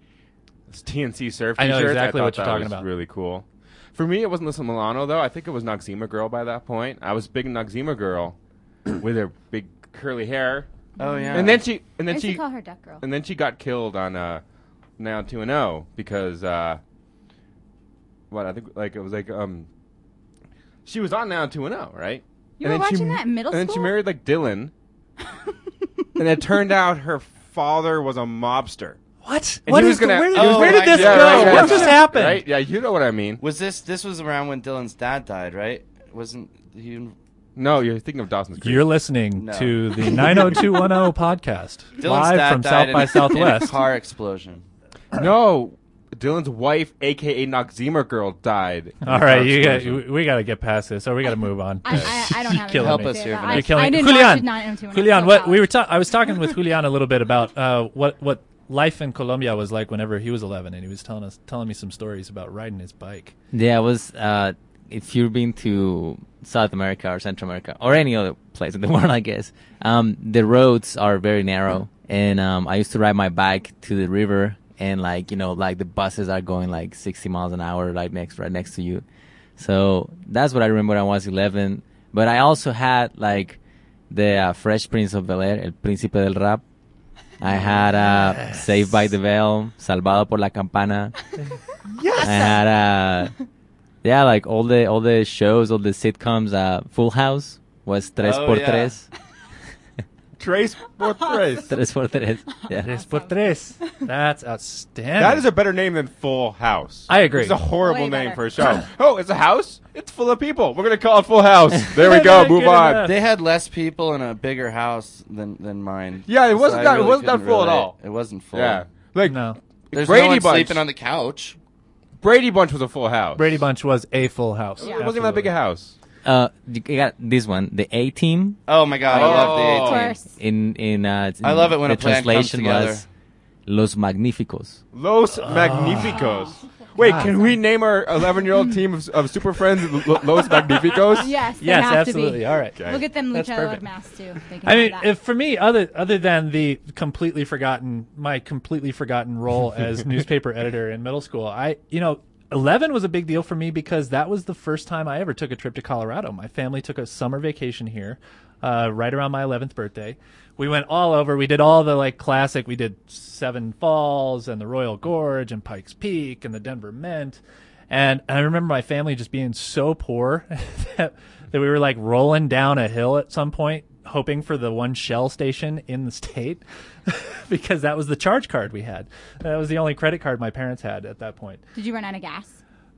Speaker 1: TNC Surf
Speaker 3: I know
Speaker 1: t-shirts.
Speaker 3: exactly what
Speaker 1: thought
Speaker 3: you're
Speaker 1: that
Speaker 3: talking
Speaker 1: was
Speaker 3: about.
Speaker 1: Really cool. For me, it wasn't Alyssa Milano though. I think it was Noxzema Girl by that point. I was big Noxzema Girl with her big curly hair,
Speaker 4: Oh yeah.
Speaker 1: and then she, and
Speaker 5: I
Speaker 1: then
Speaker 5: used
Speaker 1: she,
Speaker 5: to call her Duck Girl.
Speaker 1: and then she got killed on uh, now two and zero because uh, what I think like it was like um she was on now two and zero right.
Speaker 5: You
Speaker 1: and
Speaker 5: were
Speaker 1: then she
Speaker 5: watching
Speaker 1: m-
Speaker 5: that in middle
Speaker 1: And then she
Speaker 5: school?
Speaker 1: married like Dylan, and it turned out her father was a mobster.
Speaker 3: What?
Speaker 1: And
Speaker 3: What
Speaker 1: he
Speaker 3: is
Speaker 1: was gonna-
Speaker 3: the, where did,
Speaker 4: Oh,
Speaker 3: where did
Speaker 4: I
Speaker 3: this
Speaker 4: see.
Speaker 3: go?
Speaker 4: Yeah, right,
Speaker 3: what
Speaker 4: yeah,
Speaker 3: just
Speaker 4: yeah.
Speaker 3: happened?
Speaker 1: Right? Yeah, you know what I mean.
Speaker 4: was this this was around when Dylan's dad died, right? Wasn't he in-
Speaker 1: No, you're thinking of Dawson's Creek.
Speaker 3: You're listening
Speaker 4: No.
Speaker 3: to the 90210 podcast,
Speaker 4: Dylan's
Speaker 3: live
Speaker 4: dad
Speaker 3: from
Speaker 4: died
Speaker 3: South
Speaker 4: in
Speaker 3: by
Speaker 4: a- in a
Speaker 3: Southwest.
Speaker 4: car explosion.
Speaker 1: no, Dylan's wife, aka Noxzema Girl, died. in
Speaker 3: All
Speaker 1: the
Speaker 3: right,
Speaker 1: car
Speaker 3: you got,
Speaker 1: explosion.
Speaker 3: we, we got to get past this, or we got to move on.
Speaker 5: I, I, I don't
Speaker 3: You're
Speaker 5: have
Speaker 3: killing me.
Speaker 5: anything to
Speaker 4: Help us
Speaker 5: say
Speaker 4: here,
Speaker 5: about
Speaker 4: Vanessa.
Speaker 5: it.
Speaker 3: You're killing
Speaker 5: I,
Speaker 3: me.
Speaker 5: I did
Speaker 3: Julian,
Speaker 5: not, did not into an
Speaker 3: Julian,
Speaker 5: NFL
Speaker 3: what
Speaker 5: college.
Speaker 3: we were ta- I was talking with Julian a little bit about uh, what what life in Colombia was like whenever he was 11, and he was telling us telling me some stories about riding his bike.
Speaker 6: Yeah, it was. Uh, if you've been to South America or Central America or any other place in the world, I guess um, the roads are very narrow. And um, I used to ride my bike to the river, and like you know, like the buses are going like 60 miles an hour, right next right next to you. So that's what I remember when I was 11. But I also had like the uh, Fresh Prince of Bel Air, El Príncipe del Rap. I had uh, Saved by the Bell, Salvado por la Campana. I had uh yeah, like all the all the shows, all the sitcoms, uh Full House was tres
Speaker 4: Oh,
Speaker 6: por
Speaker 4: yeah.
Speaker 6: tres.
Speaker 1: Trace por Trace.
Speaker 6: Tres por tres. Yeah.
Speaker 3: Tres por tres. That's outstanding.
Speaker 1: That is a better name than Full House.
Speaker 3: I agree.
Speaker 1: It's a horrible
Speaker 5: Way
Speaker 1: name
Speaker 5: better.
Speaker 1: for a show. oh, it's a house? It's full of people. We're going to call it Full House. There we go.
Speaker 3: Good
Speaker 1: Move
Speaker 3: enough.
Speaker 1: on.
Speaker 4: They had less people in a bigger house than than mine.
Speaker 1: Yeah, it
Speaker 4: So
Speaker 1: wasn't
Speaker 4: I
Speaker 1: that- it
Speaker 4: really
Speaker 1: wasn't that
Speaker 4: couldn't
Speaker 1: full at
Speaker 4: relate.
Speaker 1: all.
Speaker 4: It wasn't full.
Speaker 1: Yeah. Like,
Speaker 3: no.
Speaker 4: There's
Speaker 1: Brady
Speaker 4: no one
Speaker 1: Bunch.
Speaker 4: sleeping on the couch.
Speaker 1: Brady Bunch was a full house.
Speaker 3: Brady Bunch was a full house.
Speaker 5: Yeah.
Speaker 1: It wasn't even that big a house.
Speaker 6: Uh you got this one, the A team
Speaker 4: Oh my god, I love
Speaker 1: Oh.
Speaker 4: the 18.
Speaker 5: Of course.
Speaker 6: in in uh it's-
Speaker 4: I love it when
Speaker 6: the
Speaker 4: a plan comes
Speaker 6: translation
Speaker 4: together.
Speaker 6: was Los Magnificos.
Speaker 1: Los
Speaker 3: Ah.
Speaker 1: Magnificos. Wait, can we name our 11 year old team of, of super friends L- Los Magnificos?
Speaker 5: Yes, they
Speaker 3: Yes,
Speaker 5: have
Speaker 3: absolutely.
Speaker 5: To be.
Speaker 3: All right.
Speaker 1: Okay.
Speaker 5: Look at them,
Speaker 3: That's
Speaker 5: Luchador
Speaker 3: perfect.
Speaker 5: Mass too. They can
Speaker 3: I
Speaker 5: do
Speaker 3: mean,
Speaker 5: that.
Speaker 3: if for me, other other than the completely forgotten, my completely forgotten role as newspaper editor in middle school, I you know. 11 was a big deal for me because that was the first time I ever took a trip to Colorado. My family took a summer vacation here uh, right around my 11th birthday. We went all over. We did all the like classic. We did Seven Falls and the Royal Gorge and Pikes Peak and the Denver Mint. And I remember my family just being so poor that, that we were like rolling down a hill at some point, hoping for the one shell station in the state because that was the charge card we had. That was the only credit card my parents had at that point.
Speaker 5: Did you run out of gas?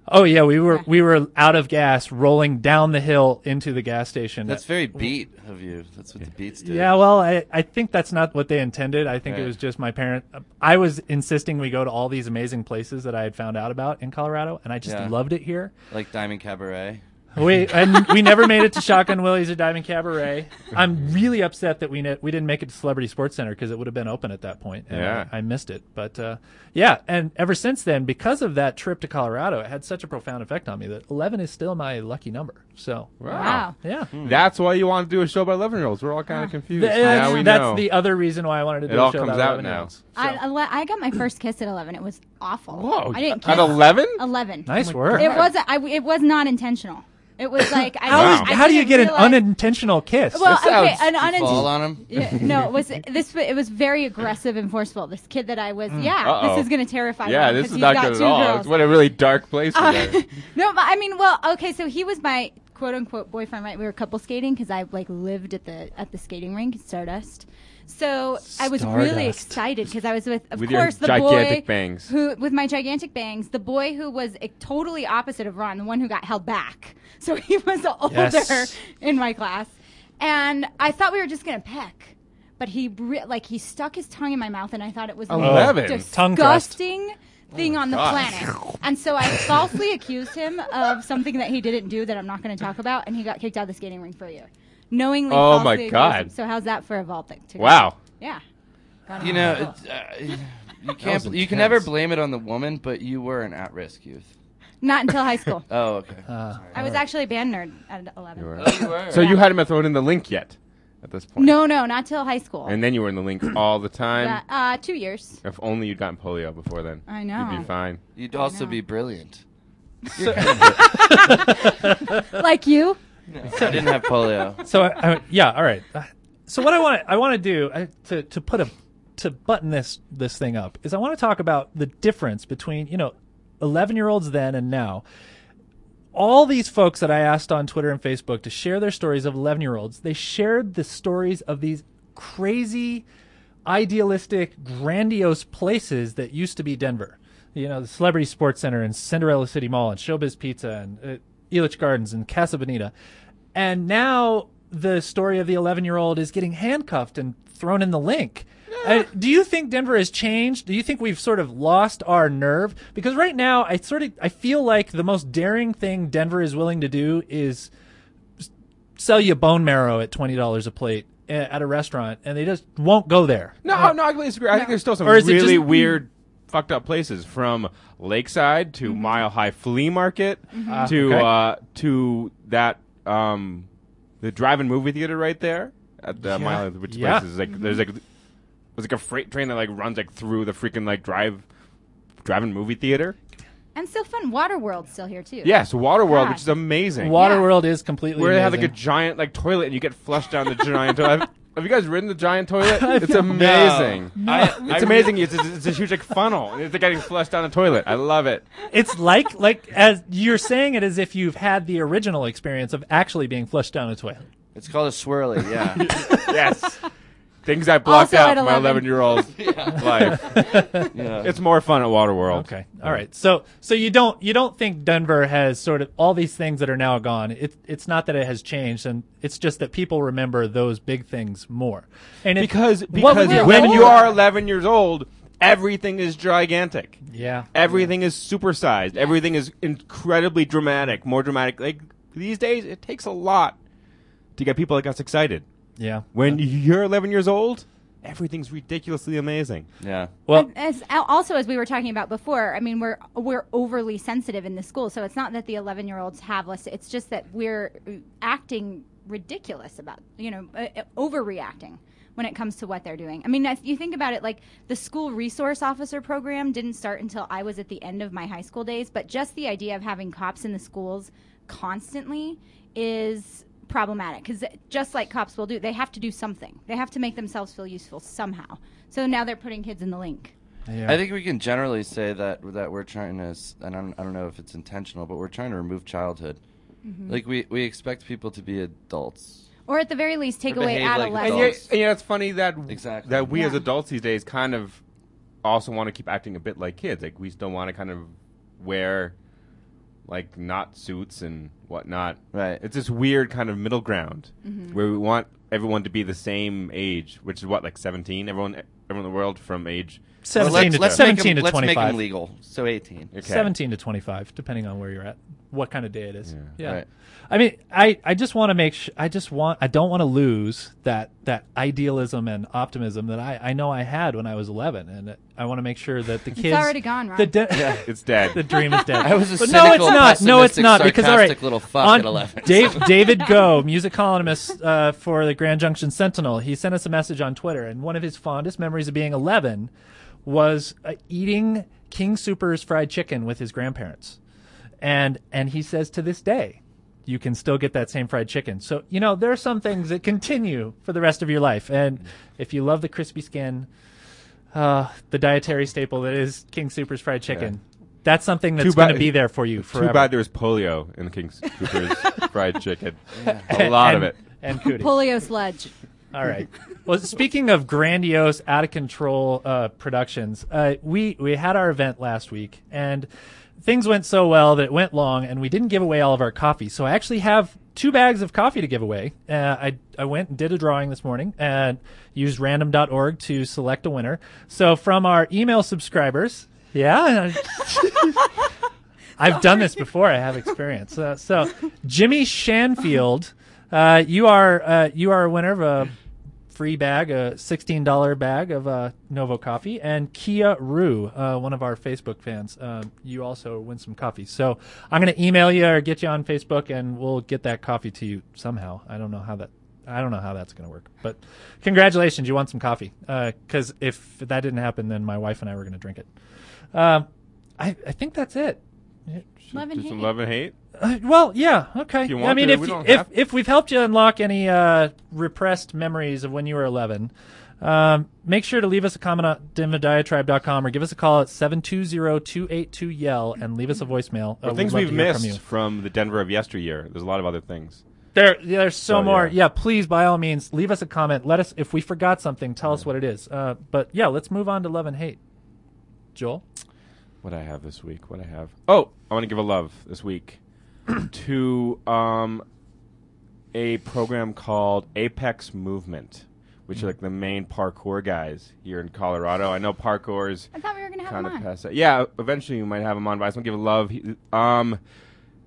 Speaker 3: Oh yeah, we were we were out of gas rolling down the hill into the gas station.
Speaker 4: That's very beat of you. That's what the beats do.
Speaker 3: yeah, well, I, I think that's not what they intended. I think it
Speaker 4: Right.
Speaker 3: was just my parent. I was insisting we go to all these amazing places that I had found out about in Colorado, and I just
Speaker 4: Yeah.
Speaker 3: loved it here.
Speaker 4: Like Diamond Cabaret.
Speaker 3: We and we never made it to Shotgun Willie's or Diamond Cabaret. I'm really upset that we ne- we didn't make it to Celebrity Sports Center because it would have been open at that point. and
Speaker 1: Yeah.
Speaker 3: I, I missed it. But uh, yeah, and ever since then, because of that trip to Colorado, it had such a profound effect on me that 11 is still my lucky number. So
Speaker 5: Wow.
Speaker 3: yeah,
Speaker 1: That's why you want to do a show about 11 year olds. We're all kind of confused.
Speaker 3: Th-
Speaker 1: Hmm. now we
Speaker 3: that's, that's
Speaker 1: know.
Speaker 3: the other reason why I wanted to do
Speaker 1: It
Speaker 3: a
Speaker 1: all
Speaker 3: show
Speaker 1: comes
Speaker 3: about
Speaker 1: out
Speaker 3: 11
Speaker 1: now.
Speaker 3: -year-olds.
Speaker 5: I, ele- I got my first kiss at 11. It was awful.
Speaker 1: Whoa.
Speaker 5: I didn't kiss.
Speaker 1: At 11?
Speaker 5: 11.
Speaker 3: Nice
Speaker 1: my God.
Speaker 3: work.
Speaker 5: It was I, it was not intentional. It was like I,
Speaker 3: How,
Speaker 1: Wow.
Speaker 3: is-
Speaker 5: I
Speaker 3: how do you
Speaker 5: didn't
Speaker 3: get an
Speaker 5: realize-
Speaker 3: unintentional kiss?
Speaker 5: Well,
Speaker 1: That
Speaker 5: okay,
Speaker 1: sounds-
Speaker 5: an
Speaker 4: You fall
Speaker 5: unintentional.
Speaker 4: on him.
Speaker 5: Yeah, no, it was this? It was very aggressive and forceful. This kid that I was, yeah,
Speaker 1: Mm. Uh-oh.
Speaker 5: this is gonna terrify.
Speaker 1: Yeah,
Speaker 5: him
Speaker 1: this
Speaker 5: 'cause
Speaker 1: is
Speaker 5: he's
Speaker 1: not
Speaker 5: got
Speaker 1: good at
Speaker 5: two
Speaker 1: all.
Speaker 5: girls. Uh,
Speaker 1: It's what a really dark place for that.
Speaker 5: No, but I mean, well, okay, so he was my quote unquote boyfriend, right? We were couple skating because I like lived at the at the skating rink, at Stardust. So I was really
Speaker 3: Stardust.
Speaker 5: excited because I was with, of
Speaker 1: With your
Speaker 5: course, the
Speaker 1: gigantic
Speaker 5: boy
Speaker 1: bangs.
Speaker 5: who, with my gigantic bangs, the boy who was uh, totally opposite of Ron, the one who got held back. So he was older
Speaker 3: Yes.
Speaker 5: in my class, and I thought we were just gonna peck, but he re- like he stuck his tongue in my mouth, and I thought it was the most
Speaker 1: Eleven.
Speaker 3: Tongue thrust.
Speaker 5: disgusting thing on the
Speaker 1: Oh gosh.
Speaker 5: planet. And so I falsely accused him of something that he didn't do that I'm not going to talk about, and he got kicked out of the skating rink for a year. Knowingly.
Speaker 1: Oh, my
Speaker 5: falsely accused
Speaker 1: God.
Speaker 5: him. So how's that for evolving? To
Speaker 1: Wow.
Speaker 5: Yeah.
Speaker 4: You know, it's, uh, you can't.
Speaker 2: was
Speaker 4: You can never
Speaker 2: intense.
Speaker 4: blame it on the woman, but you were an at-risk youth.
Speaker 5: Not until high school.
Speaker 4: Oh, okay.
Speaker 5: Uh,
Speaker 3: uh,
Speaker 5: I was actually a band nerd at 11.
Speaker 4: you were.
Speaker 1: So you hadn't thrown in the link yet at this point.
Speaker 5: No, no, not till high school.
Speaker 1: And then you were in the link all the time.
Speaker 5: That- uh, two years.
Speaker 1: If only you'd gotten polio before then.
Speaker 5: I know.
Speaker 1: You'd be fine.
Speaker 4: You'd also be brilliant.
Speaker 5: like you?
Speaker 4: I didn't have polio.
Speaker 3: so I, I, yeah, all right. Uh, So what I want I want to do I, to to put a to button this this thing up is I want to talk about the difference between you know eleven year olds then and now. All these folks that I asked on Twitter and Facebook to share their stories of eleven year olds, they shared the stories of these crazy, idealistic, grandiose places that used to be Denver. You know, the Celebrity Sports Center and Cinderella City Mall and Showbiz Pizza and uh, Elitch Gardens and Casa Bonita. And now the story of the 11 year old is getting handcuffed and thrown in the link. Uh, do you think Denver has changed? Do you think we've sort of lost our nerve? Because right now, I sort of I feel like the most daring thing Denver is willing to do is sell you bone marrow at twenty dollars a plate a- at a restaurant, and they just won't go there.
Speaker 1: No, no, I completely disagree. I think there's still some
Speaker 3: Or is it
Speaker 1: really
Speaker 3: just-
Speaker 1: weird, fucked up places from Lakeside to
Speaker 5: Mm-hmm.
Speaker 1: Mile High Flea Market to
Speaker 3: okay.
Speaker 1: uh, to that um, the drive-in movie theater right there at the Mile High, which
Speaker 3: Yeah.
Speaker 1: place is like there's
Speaker 5: Mm-hmm.
Speaker 1: like there's like a freight train that like runs like through the freaking like drive drive-in movie theater.
Speaker 5: And still fun. Waterworld's still here, too.
Speaker 1: Yes, Waterworld,
Speaker 5: God.
Speaker 1: which is amazing.
Speaker 3: Waterworld is completely
Speaker 1: where they have like a
Speaker 3: amazing.
Speaker 1: giant like toilet and you get flushed down the giant toilet. Have, have you guys ridden the giant toilet? It's amazing.
Speaker 4: I,
Speaker 1: It's amazing. It's, it's, it's a huge like funnel. and It's like, getting flushed down a toilet. I love it.
Speaker 3: it's like like as you're saying it as if you've had the original experience of actually being flushed down a toilet.
Speaker 4: It's called a swirly. Yeah.
Speaker 1: Yes. Things I blocked
Speaker 5: Also
Speaker 1: out
Speaker 5: at
Speaker 1: from my 11
Speaker 5: 11.
Speaker 1: year old life.
Speaker 4: yeah.
Speaker 1: It's more fun at Waterworld.
Speaker 3: Okay. All right. So so you don't you don't think Denver has sort of all these things that are now gone. It, it's not that it has changed, and it's just that people remember those big things more. And it,
Speaker 1: Because,
Speaker 3: What
Speaker 1: because
Speaker 3: we're
Speaker 1: when
Speaker 3: all-
Speaker 1: you are 11 years old, everything is gigantic.
Speaker 3: yeah.
Speaker 1: Everything is supersized. Everything is incredibly dramatic, more dramatic. Like these days, it takes a lot to get people like us excited.
Speaker 3: Yeah.
Speaker 1: When you're 11 years old, everything's ridiculously amazing.
Speaker 4: Yeah.
Speaker 3: Well,
Speaker 5: As, also, as we were talking about before, I mean, we're we're overly sensitive in the school, so it's not that the eleven year olds have less. It's just that we're acting ridiculous about, you know, uh, uh, overreacting when it comes to what they're doing. I mean, if you think about it, like the school resource officer program didn't start until I was at the end of my high school days, but just the idea of having cops in the schools constantly is problematic because just like cops will do, they have to do something. They have to make themselves feel useful somehow. So now they're putting kids in the link.
Speaker 3: yeah.
Speaker 4: I think we can generally say that that we're trying to, s- and I don't, I don't know if it's intentional, but we're trying to remove childhood. Like we, we expect people to be adults.
Speaker 5: Or at the very least, take
Speaker 4: Or
Speaker 5: away
Speaker 4: behave like
Speaker 5: adolescence.
Speaker 1: And
Speaker 4: adults.
Speaker 1: yet, and yet it's funny that
Speaker 4: Exactly.
Speaker 1: that we
Speaker 5: Yeah.
Speaker 1: as adults these days kind of also want to keep acting a bit like kids. Like we still want to kind of wear like not suits and whatnot.
Speaker 4: Right.
Speaker 1: It's this weird kind of
Speaker 3: Mm-hmm.
Speaker 1: middle ground where we want everyone to be the same age, which is what like seventeen. Everyone everyone in the world from age.
Speaker 3: 17
Speaker 4: let's,
Speaker 3: to,
Speaker 4: let's
Speaker 3: 17
Speaker 4: make 'em-
Speaker 3: to
Speaker 4: let's
Speaker 3: 25.
Speaker 4: make 'em legal. So 18.
Speaker 1: Okay.
Speaker 3: 17 to 25 depending on where you're at what kind of day it is yeah,
Speaker 4: Right.
Speaker 3: i mean i i just want to make sh- i just want i don't want to lose that that idealism and optimism that i i know i had when i was 11 and i want to make sure that the kids
Speaker 5: already gone, Ron.
Speaker 3: the de-
Speaker 1: It's dead.
Speaker 3: the dream is dead.
Speaker 4: I was a
Speaker 3: but no, it's
Speaker 4: cynical,
Speaker 3: not. No, it's
Speaker 4: pessimistic,
Speaker 3: not. Because all right,
Speaker 4: sarcastic little fuck
Speaker 3: on
Speaker 4: at 11.
Speaker 3: Dave, David Go, music columnist uh, for the Grand Junction Sentinel, he sent us a message on Twitter, and one of his fondest memories of being 11 was uh, eating King Super's fried chicken with his grandparents, and and he says to this day. You can still get that same fried chicken. So, you know, there are some things that continue for the rest of your life. And if you love the crispy skin, uh, the dietary staple that is King Super's fried chicken. That's something that's
Speaker 1: Too bad-
Speaker 3: going to be there for you forever.
Speaker 1: Too bad there was polio in King Cooper's fried chicken. A lot of
Speaker 3: And-
Speaker 1: it.
Speaker 3: And cootie.
Speaker 5: Polio sludge.
Speaker 3: All right. Well, speaking of grandiose, out of control uh, productions, uh, we we had our event last week, and things went so well that it went long, and we didn't give away all of our coffee. So I actually have two bags of coffee to give away. Uh, I I went and did a drawing this morning and used random.org to select a winner. So from our email subscribers, yeah. I've done this before. I have experience. Uh, so, Jimmy Shanfield, uh, you are uh, you are a winner of a free bag, a sixteen dollar bag of uh, Novo coffee, and Kia Rue, uh, one of our Facebook fans. Um, you also win some coffee. So, I'm going to email you or get you on Facebook, and we'll get that coffee to you somehow. I don't know how that. I don't know how that's going to work, but congratulations! You won some coffee. Because if that didn't happen, then my wife and I were going to drink it. Um, I, I think that's it.
Speaker 5: Love and
Speaker 1: Do some
Speaker 5: hate.
Speaker 1: love and hate.
Speaker 3: Uh, well, yeah, okay.
Speaker 1: you
Speaker 3: I
Speaker 1: want
Speaker 3: mean,
Speaker 1: to,
Speaker 3: if
Speaker 1: we
Speaker 3: you-
Speaker 1: don't
Speaker 3: if
Speaker 1: have to.
Speaker 3: if we've helped you unlock any uh, repressed memories of when you were 11, um, make sure to leave us a comment on dimadiatribe.com or give us a call at 720-282-YELL and leave us a voicemail. Uh,
Speaker 1: Or
Speaker 3: we'd
Speaker 1: things
Speaker 3: love
Speaker 1: we've
Speaker 3: to hear
Speaker 1: missed
Speaker 3: From you.
Speaker 1: from the Denver of yesteryear. There's a lot of other things.
Speaker 3: There, yeah, there's so,
Speaker 1: So,
Speaker 3: more. Yeah.
Speaker 1: yeah.
Speaker 3: please, by all means, leave us a comment. Let us, if we forgot something, tell us what it is. Uh, but yeah, let's move on to love and hate. Joel?
Speaker 1: What I have this week? What I have? Oh, I want to give a love this week to um, a program called Apex Movement,
Speaker 3: Mm.
Speaker 1: which are like the main parkour guys here in Colorado. I know parkour's
Speaker 5: I thought we were going to have
Speaker 1: kind
Speaker 5: him
Speaker 1: of
Speaker 5: on.
Speaker 1: past that. Yeah, eventually you might have him on, but I just want to give a love. He, um,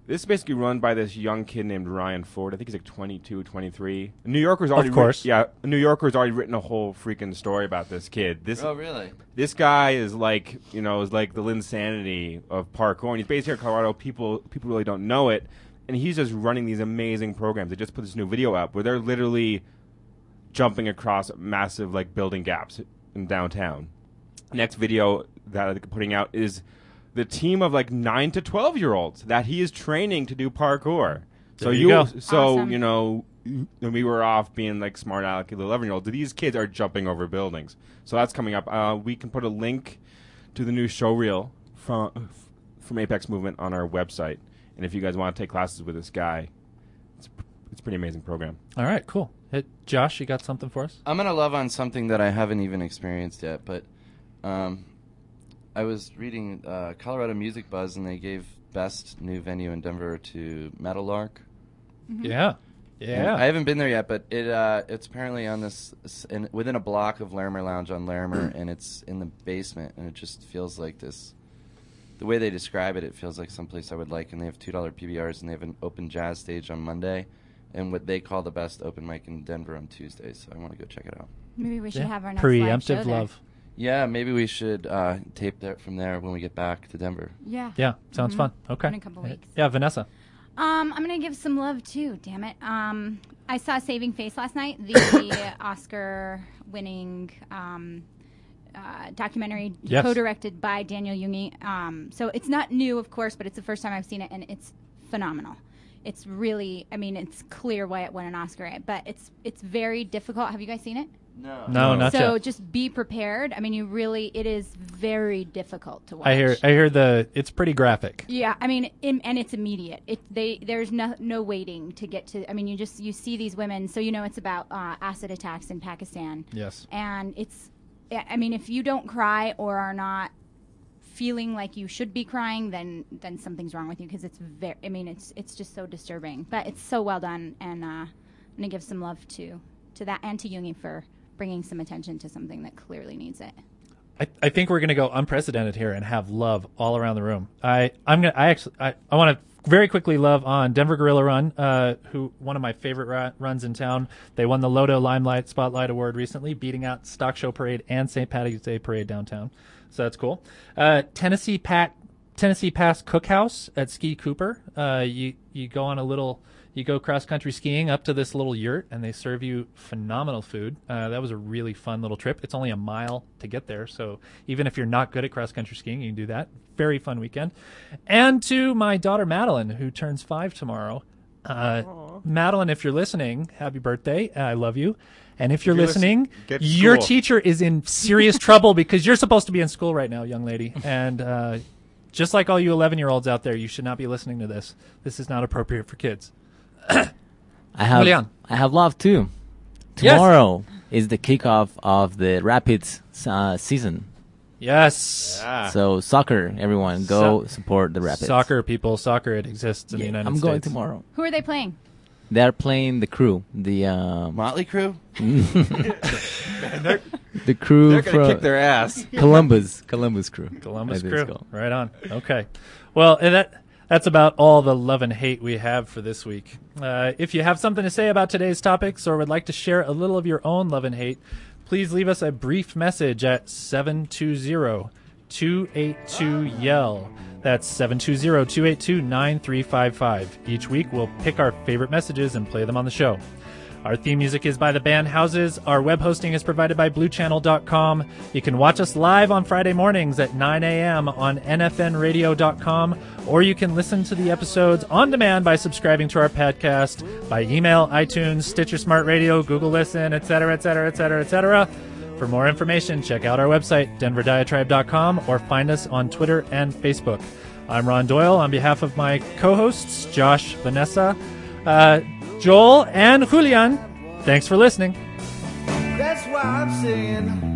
Speaker 1: this is basically run by this young kid named Ryan Ford. I think he's like 22, 23. New Yorker's already Writ-
Speaker 3: course.
Speaker 1: yeah, New Yorker's already written a whole freaking story about this kid. This
Speaker 4: Oh, really?
Speaker 1: this guy is like you know is like the insanity of parkour and he's based here in colorado people people really don't know it and he's just running these amazing programs they just put this new video up where they're literally jumping across massive like building gaps in downtown next video that i'm putting out is the team of like 9 to 12 year olds that he is training to do parkour so
Speaker 3: There you
Speaker 1: you
Speaker 3: go.
Speaker 1: so
Speaker 5: Awesome.
Speaker 1: you know when we were off being like smart aleck 11 year olds these kids are jumping over buildings so that's coming up uh, we can put a link to the new show reel from from apex movement on our website and if you guys want to take classes with this guy it's, it's a pretty amazing program
Speaker 3: All right, cool. Hit Josh, you got something for us?
Speaker 4: I'm gonna love on something that I haven't even experienced yet, but um, I was reading uh, Colorado Music Buzz, and they gave best new venue in Denver to Metalark.
Speaker 5: Mm-hmm.
Speaker 3: Yeah. Yeah.
Speaker 4: I haven't been there yet, but it uh, it's apparently on this s- in, within a block of Larimer Lounge on Larimer, and it's in the basement, and it just feels like this. The way they describe it, it feels like someplace I would like, and they have two dollar PBRs, and they have an open jazz stage on Monday, and what they call the best open mic in Denver on Tuesday. So I want to go check it out.
Speaker 5: Maybe we should
Speaker 3: Yeah.
Speaker 5: have our next live show
Speaker 3: Preemptive
Speaker 5: there.
Speaker 3: love.
Speaker 4: Yeah, maybe we should uh, tape that from there when we get back to Denver.
Speaker 5: Yeah.
Speaker 3: Yeah, sounds
Speaker 5: Mhm.
Speaker 3: fun. Okay.
Speaker 5: In a couple weeks.
Speaker 3: Yeah, Vanessa.
Speaker 5: Um, I'm gonna give some love too. Damn it. Um, I saw Saving Face last night, the Oscar-winning um, uh, documentary
Speaker 3: Yes.
Speaker 5: co-directed by Daniel Jungi. Um, so it's not new, of course, but it's the first time I've seen it, and it's phenomenal. It's really, I mean, it's clear why it won an Oscar, but it's it's very difficult. Have you guys seen it?
Speaker 4: Uh, No.
Speaker 3: No, not
Speaker 5: so
Speaker 3: yet.
Speaker 5: just be prepared. I mean, you really, it is very difficult to watch.
Speaker 3: I hear. I hear the. It's pretty graphic.
Speaker 5: Yeah, I mean, im and it's immediate. It they there's no no waiting to get to. I mean, you just you see these women, so you know it's about uh, acid attacks in Pakistan,
Speaker 3: Yes.
Speaker 5: and it's. I I mean, if you don't cry or are not feeling like you should be crying, then then something's wrong with you because it's very. I mean, it's it's just so disturbing, but it's so well done, and uh, I'm gonna give some love to to that and to Jungi for bringing some attention to something that clearly needs it.
Speaker 3: I, I think we're going to go unprecedented here and have love all around the room. I I'm gonna I actually I, I want to very quickly love on Denver Gorilla Run, uh, who one of my favorite ru- runs in town. They won the Loto Limelight Spotlight Award recently, beating out Stock Show Parade and St. Patty's Day Parade downtown. So that's cool. Uh, Tennessee Pat Tennessee Pass Cookhouse at Ski Cooper. Uh, you you go on a little you go cross country skiing up to this little yurt, and they serve you phenomenal food. Uh, that was a really fun little trip. It's only a mile to get there, so even if you're not good at cross country skiing, you can do that. Very fun weekend. And to my daughter Madeline, who turns five tomorrow. Uh, Madeline, if you're listening, happy birthday. I love you. And if you're,
Speaker 1: you're
Speaker 3: listening,
Speaker 1: listening, get to
Speaker 3: your
Speaker 1: school.
Speaker 3: teacher is in serious trouble because you're supposed to be in school right now, young lady. And uh, just like all you 11 year olds out there, you should not be listening to this. This is not appropriate for kids.
Speaker 6: I have
Speaker 3: Julian.
Speaker 6: I have love too.
Speaker 3: Yes.
Speaker 6: Tomorrow is the kickoff of the Rapids uh, season.
Speaker 3: Yes.
Speaker 4: Ah.
Speaker 1: Yeah.
Speaker 6: So soccer, everyone, go
Speaker 3: So-
Speaker 6: support the Rapids.
Speaker 3: Soccer, people. Soccer, it exists in
Speaker 6: Yeah,
Speaker 3: the United
Speaker 6: I'm
Speaker 3: States.
Speaker 6: going tomorrow.
Speaker 5: Who are they playing?
Speaker 6: They're playing the crew, the um,
Speaker 4: Motley Crue.
Speaker 6: the crew
Speaker 1: They're
Speaker 6: from
Speaker 1: gonna kick their ass.
Speaker 6: Columbus, Columbus crew,
Speaker 3: Columbus
Speaker 6: I think it's
Speaker 3: crew.
Speaker 6: called.
Speaker 3: Right on. Okay. Well, and that that's about all the love and hate we have for this week. Uh, if you have something to say about today's topics or would like to share a little of your own love and hate, please leave us a brief message at 720-282-YELL. E That's 720-282-9355. Each week we'll pick our favorite messages and play them on the show. Our theme music is by the band Houses. Our web hosting is provided by BlueChannel.com. You can watch us live on Friday mornings at 9 a.m. on NFNradio.com, or you can listen to the episodes on demand by subscribing to our podcast by email, iTunes, Stitcher Smart Radio, Google Listen, etc., etc., etc., etc. For more information, check out our website, denverdiatribe.com, or find us on Twitter and Facebook. I'm Ron Doyle on behalf of my co hosts, Josh, Vanessa, uh, Joel, and Julian. Thanks for listening.
Speaker 2: That's why I'm singing.